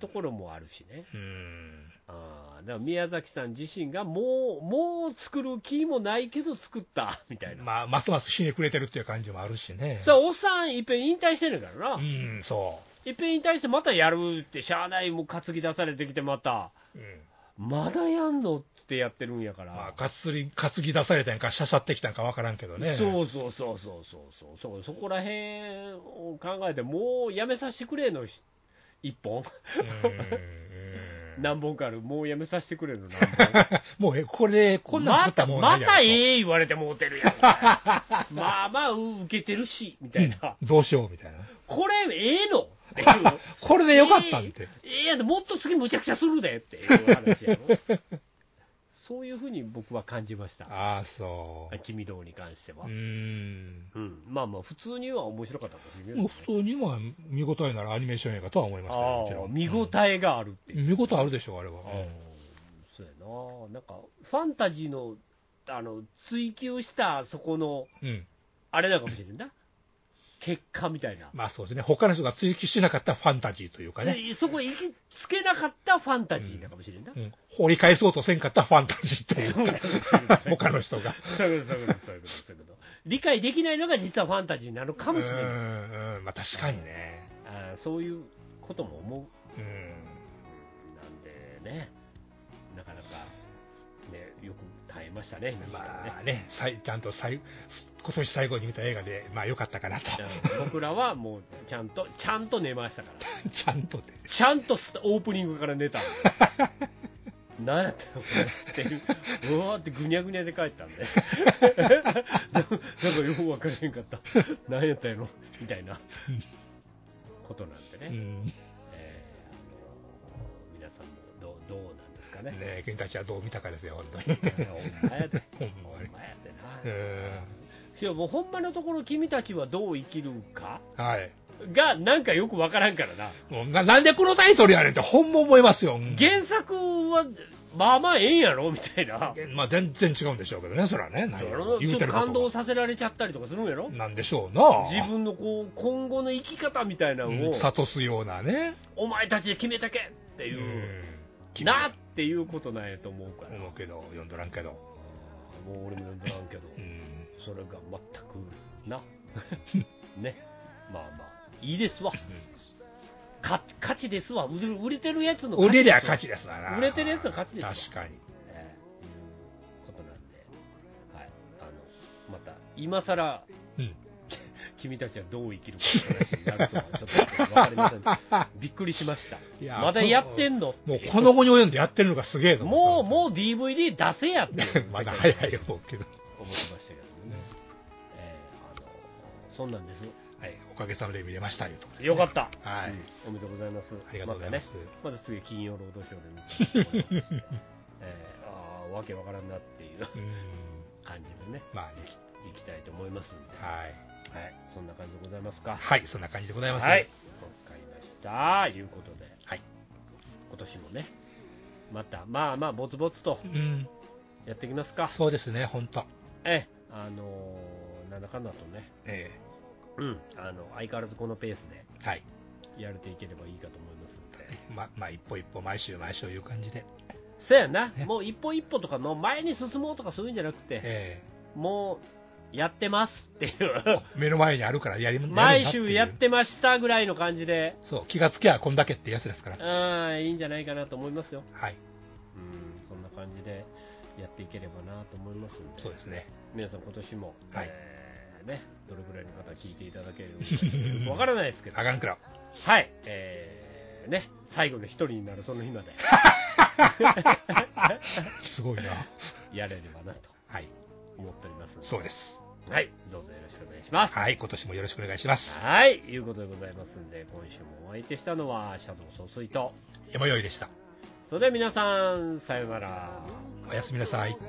Speaker 2: ところもあるしね、
Speaker 3: うん。
Speaker 2: あーだから宮崎さん自身がもう、もう作る気もないけど作った みたいな。
Speaker 3: まあ、ますますひねくれてるっていう感じもあるしね。
Speaker 2: さあ、おっさん、いっぺん引退してるからな、
Speaker 3: うん、そ
Speaker 2: いっぺん引退して、またやるって、しゃあない、もう担ぎ出されてきて、また、
Speaker 3: う。うん。
Speaker 2: まだやんのっつってやってるんやから、
Speaker 3: まあ、かつり、担ぎ出されたんか、しゃしゃってきたんかわからんけどね。
Speaker 2: そうそうそうそうそうそうそう、そこらへんを考えて、もうやめさせてくれのし、一本、
Speaker 3: うん。うん
Speaker 2: 何本かある、もうやめさせてくれの、何本。
Speaker 3: もう、えこれで、こんなん
Speaker 2: ま
Speaker 3: 作った
Speaker 2: た、
Speaker 3: らもう
Speaker 2: ま
Speaker 3: ないやろ
Speaker 2: た
Speaker 3: と
Speaker 2: ええ言われてもうてる やん。まあまあ、う受けてるし、みたいな。
Speaker 3: どうしようみたいな。
Speaker 2: これ、ええのっていう。
Speaker 3: こ れでよかったんって。
Speaker 2: えーえーやんもっと次むちゃくちゃするでっていう話や ろそういうふうに僕は感じました
Speaker 3: ああ、そう。
Speaker 2: 君堂に関しては、
Speaker 3: う
Speaker 2: うん
Speaker 3: ん。
Speaker 2: まあまあ普通には面白かったかもしれないけど
Speaker 3: もう
Speaker 2: ね
Speaker 3: 普通にまあ見応えならアニメーション映画とは思いましたよ、もち
Speaker 2: あ
Speaker 3: ろ
Speaker 2: あ
Speaker 3: ん。
Speaker 2: 見応えがあるっていう、
Speaker 3: 見事あるでしょ、あれは。
Speaker 2: ああそうやななんかファンタジーのあの追求したそこの
Speaker 3: うん。
Speaker 2: あれなのかもしれんないな結果みたいな、
Speaker 3: まあそうですね。他の人が追求しなかったファンタジーというかね。
Speaker 2: でそこ行きつけなかったファンタジーなのかもしれんな、
Speaker 3: うん。掘り返そうとせんかったファンタジーとい
Speaker 2: そう
Speaker 3: う
Speaker 2: いう
Speaker 3: か
Speaker 2: ことそういうこと
Speaker 3: 他の人が。
Speaker 2: そういうこと、そういうこと、そういうこと、そういうこと。理解できないのが実はファンタジーなのかもしれない。
Speaker 3: うんうん。まあ確かにね。
Speaker 2: あーそういうことも思
Speaker 3: うん。
Speaker 2: う。なんでね、なかなか、ね、よく耐えましたね、今までね
Speaker 3: まあね、さいちゃんと最今年最後に見た映画で、まあ良かったかなと。
Speaker 2: うん僕らはもう、ちゃんと、ちゃんと寝ましたから。
Speaker 3: ちゃんとで。
Speaker 2: ちゃんとスタオープニングから寝たんで。なんやったよ、これっていう。うわーってぐにゃぐにゃで帰ったんで。なんかよくわからへんかった。なんやったんやろみたいなことなんでね。
Speaker 3: うん。ね
Speaker 2: えーあの皆さんもどうどうなんですかね。
Speaker 3: え君たちはどう見たかですよ、本当に。
Speaker 2: ほんまやで。
Speaker 3: ほん
Speaker 2: ほん
Speaker 3: まに。
Speaker 2: まやで
Speaker 3: う
Speaker 2: な。
Speaker 3: ん。
Speaker 2: しかもほんまのところ君たちはどう生きるか
Speaker 3: はい。
Speaker 2: がなんかよくわからんからな。
Speaker 3: もうななんでこのタイトルやねんって、ほんま思いますよ。うん
Speaker 2: 原作はまあまあええんやろみたいな。
Speaker 3: まあ、全然違うんでしょうけどね、そらね、
Speaker 2: そうや
Speaker 3: 何を
Speaker 2: ろち
Speaker 3: 言
Speaker 2: ょ
Speaker 3: う
Speaker 2: ってと
Speaker 3: ることは
Speaker 2: 感動させられちゃったりとかするんやろ
Speaker 3: なんでしょうな、
Speaker 2: 自分のこう今後の生き方みたいなの
Speaker 3: う
Speaker 2: を
Speaker 3: ん諭すようなね、
Speaker 2: お前たちで決めたけって
Speaker 3: う
Speaker 2: いう、
Speaker 3: ん
Speaker 2: なっていうことなんやと思うから、
Speaker 3: 思うけど、読んどらんけど、
Speaker 2: もう俺も読んだらんけど、
Speaker 3: うん、
Speaker 2: それが全く なねまあまあいいですわか価値ですわ売れ売れてるやつの
Speaker 3: 売れりゃ
Speaker 2: ですわ
Speaker 3: 勝ちですわな、
Speaker 2: 売れてるやつの勝ちですわ
Speaker 3: 確かに、
Speaker 2: ええいうことなんで、はい、あのまた今さら
Speaker 3: うん、
Speaker 2: 君たちはどう生きるかって話になるとはちょっと分かりませんで びっくりしました
Speaker 3: いや
Speaker 2: まだやってんのって
Speaker 3: もうこの後に及んでやってるのがすげえと
Speaker 2: もう
Speaker 3: 思
Speaker 2: もう DVD 出せやっていう世界
Speaker 3: まだ早い思うけど、
Speaker 2: 思ってましたけどね、ええあのそんなんです
Speaker 3: はい、おかげさまで見れましたよと、
Speaker 2: よかった、
Speaker 3: はい
Speaker 2: うんおめでとうございます。
Speaker 3: ありがとうございます
Speaker 2: またね、また次、金曜ロードショーで見たいと思いますけど えーああ、わけわからんなっていう
Speaker 3: うん、
Speaker 2: 感じでね、
Speaker 3: まあ
Speaker 2: い
Speaker 3: ね、
Speaker 2: きいきたいと思いますんで、
Speaker 3: はい、
Speaker 2: はい、そんな感じでございますか。
Speaker 3: はい、そんな感じでございます。
Speaker 2: はい、わかりました。いうことで、
Speaker 3: はい
Speaker 2: 今年もね、また、まあまあ、ぼつぼつと
Speaker 3: うん、
Speaker 2: やっていきますか。
Speaker 3: そうですね、本当。
Speaker 2: ええ、あのーなんだかんだとね、
Speaker 3: え
Speaker 2: うん、あの、相変わらずこのペースで
Speaker 3: えはい。
Speaker 2: やれていければいいかと思いますんで。
Speaker 3: ま、まあ、一歩一歩、毎週毎週いう感じで。
Speaker 2: そうやな、
Speaker 3: ね
Speaker 2: もう一歩一歩とかの前に進もうとかそういうんじゃなくて、
Speaker 3: え
Speaker 2: もうやってますっていう、
Speaker 3: え目の前にあるからやりやるんだっていう
Speaker 2: 毎週やってましたぐらいの感じで、
Speaker 3: そう、気がつけばこんだけってやつですから。
Speaker 2: うん、いいんじゃないかなと思いますよ。
Speaker 3: は
Speaker 2: う
Speaker 3: い。
Speaker 2: ん、そんな感じでやっていければなと思いますんで、
Speaker 3: そうですね。
Speaker 2: 皆さん今年も、
Speaker 3: はい
Speaker 2: えーね、どれぐらいの方聞いていただけるのかわからないですけど
Speaker 3: あ、がんくら。
Speaker 2: はい、えーね、最後の一人になるその日まで
Speaker 3: すごいな。
Speaker 2: やれればなと
Speaker 3: はい。
Speaker 2: 思っておりますので
Speaker 3: そうです。
Speaker 2: はい、どうぞよろしくお願いします。
Speaker 3: はい。今年もよろしくお願いします。
Speaker 2: はい、いうことでございますんで、今週もお相手したのは、シャドウ総帥と。
Speaker 3: 山よいでした。
Speaker 2: それでは皆さん、さようなら。
Speaker 3: おやすみなさい。
Speaker 5: 「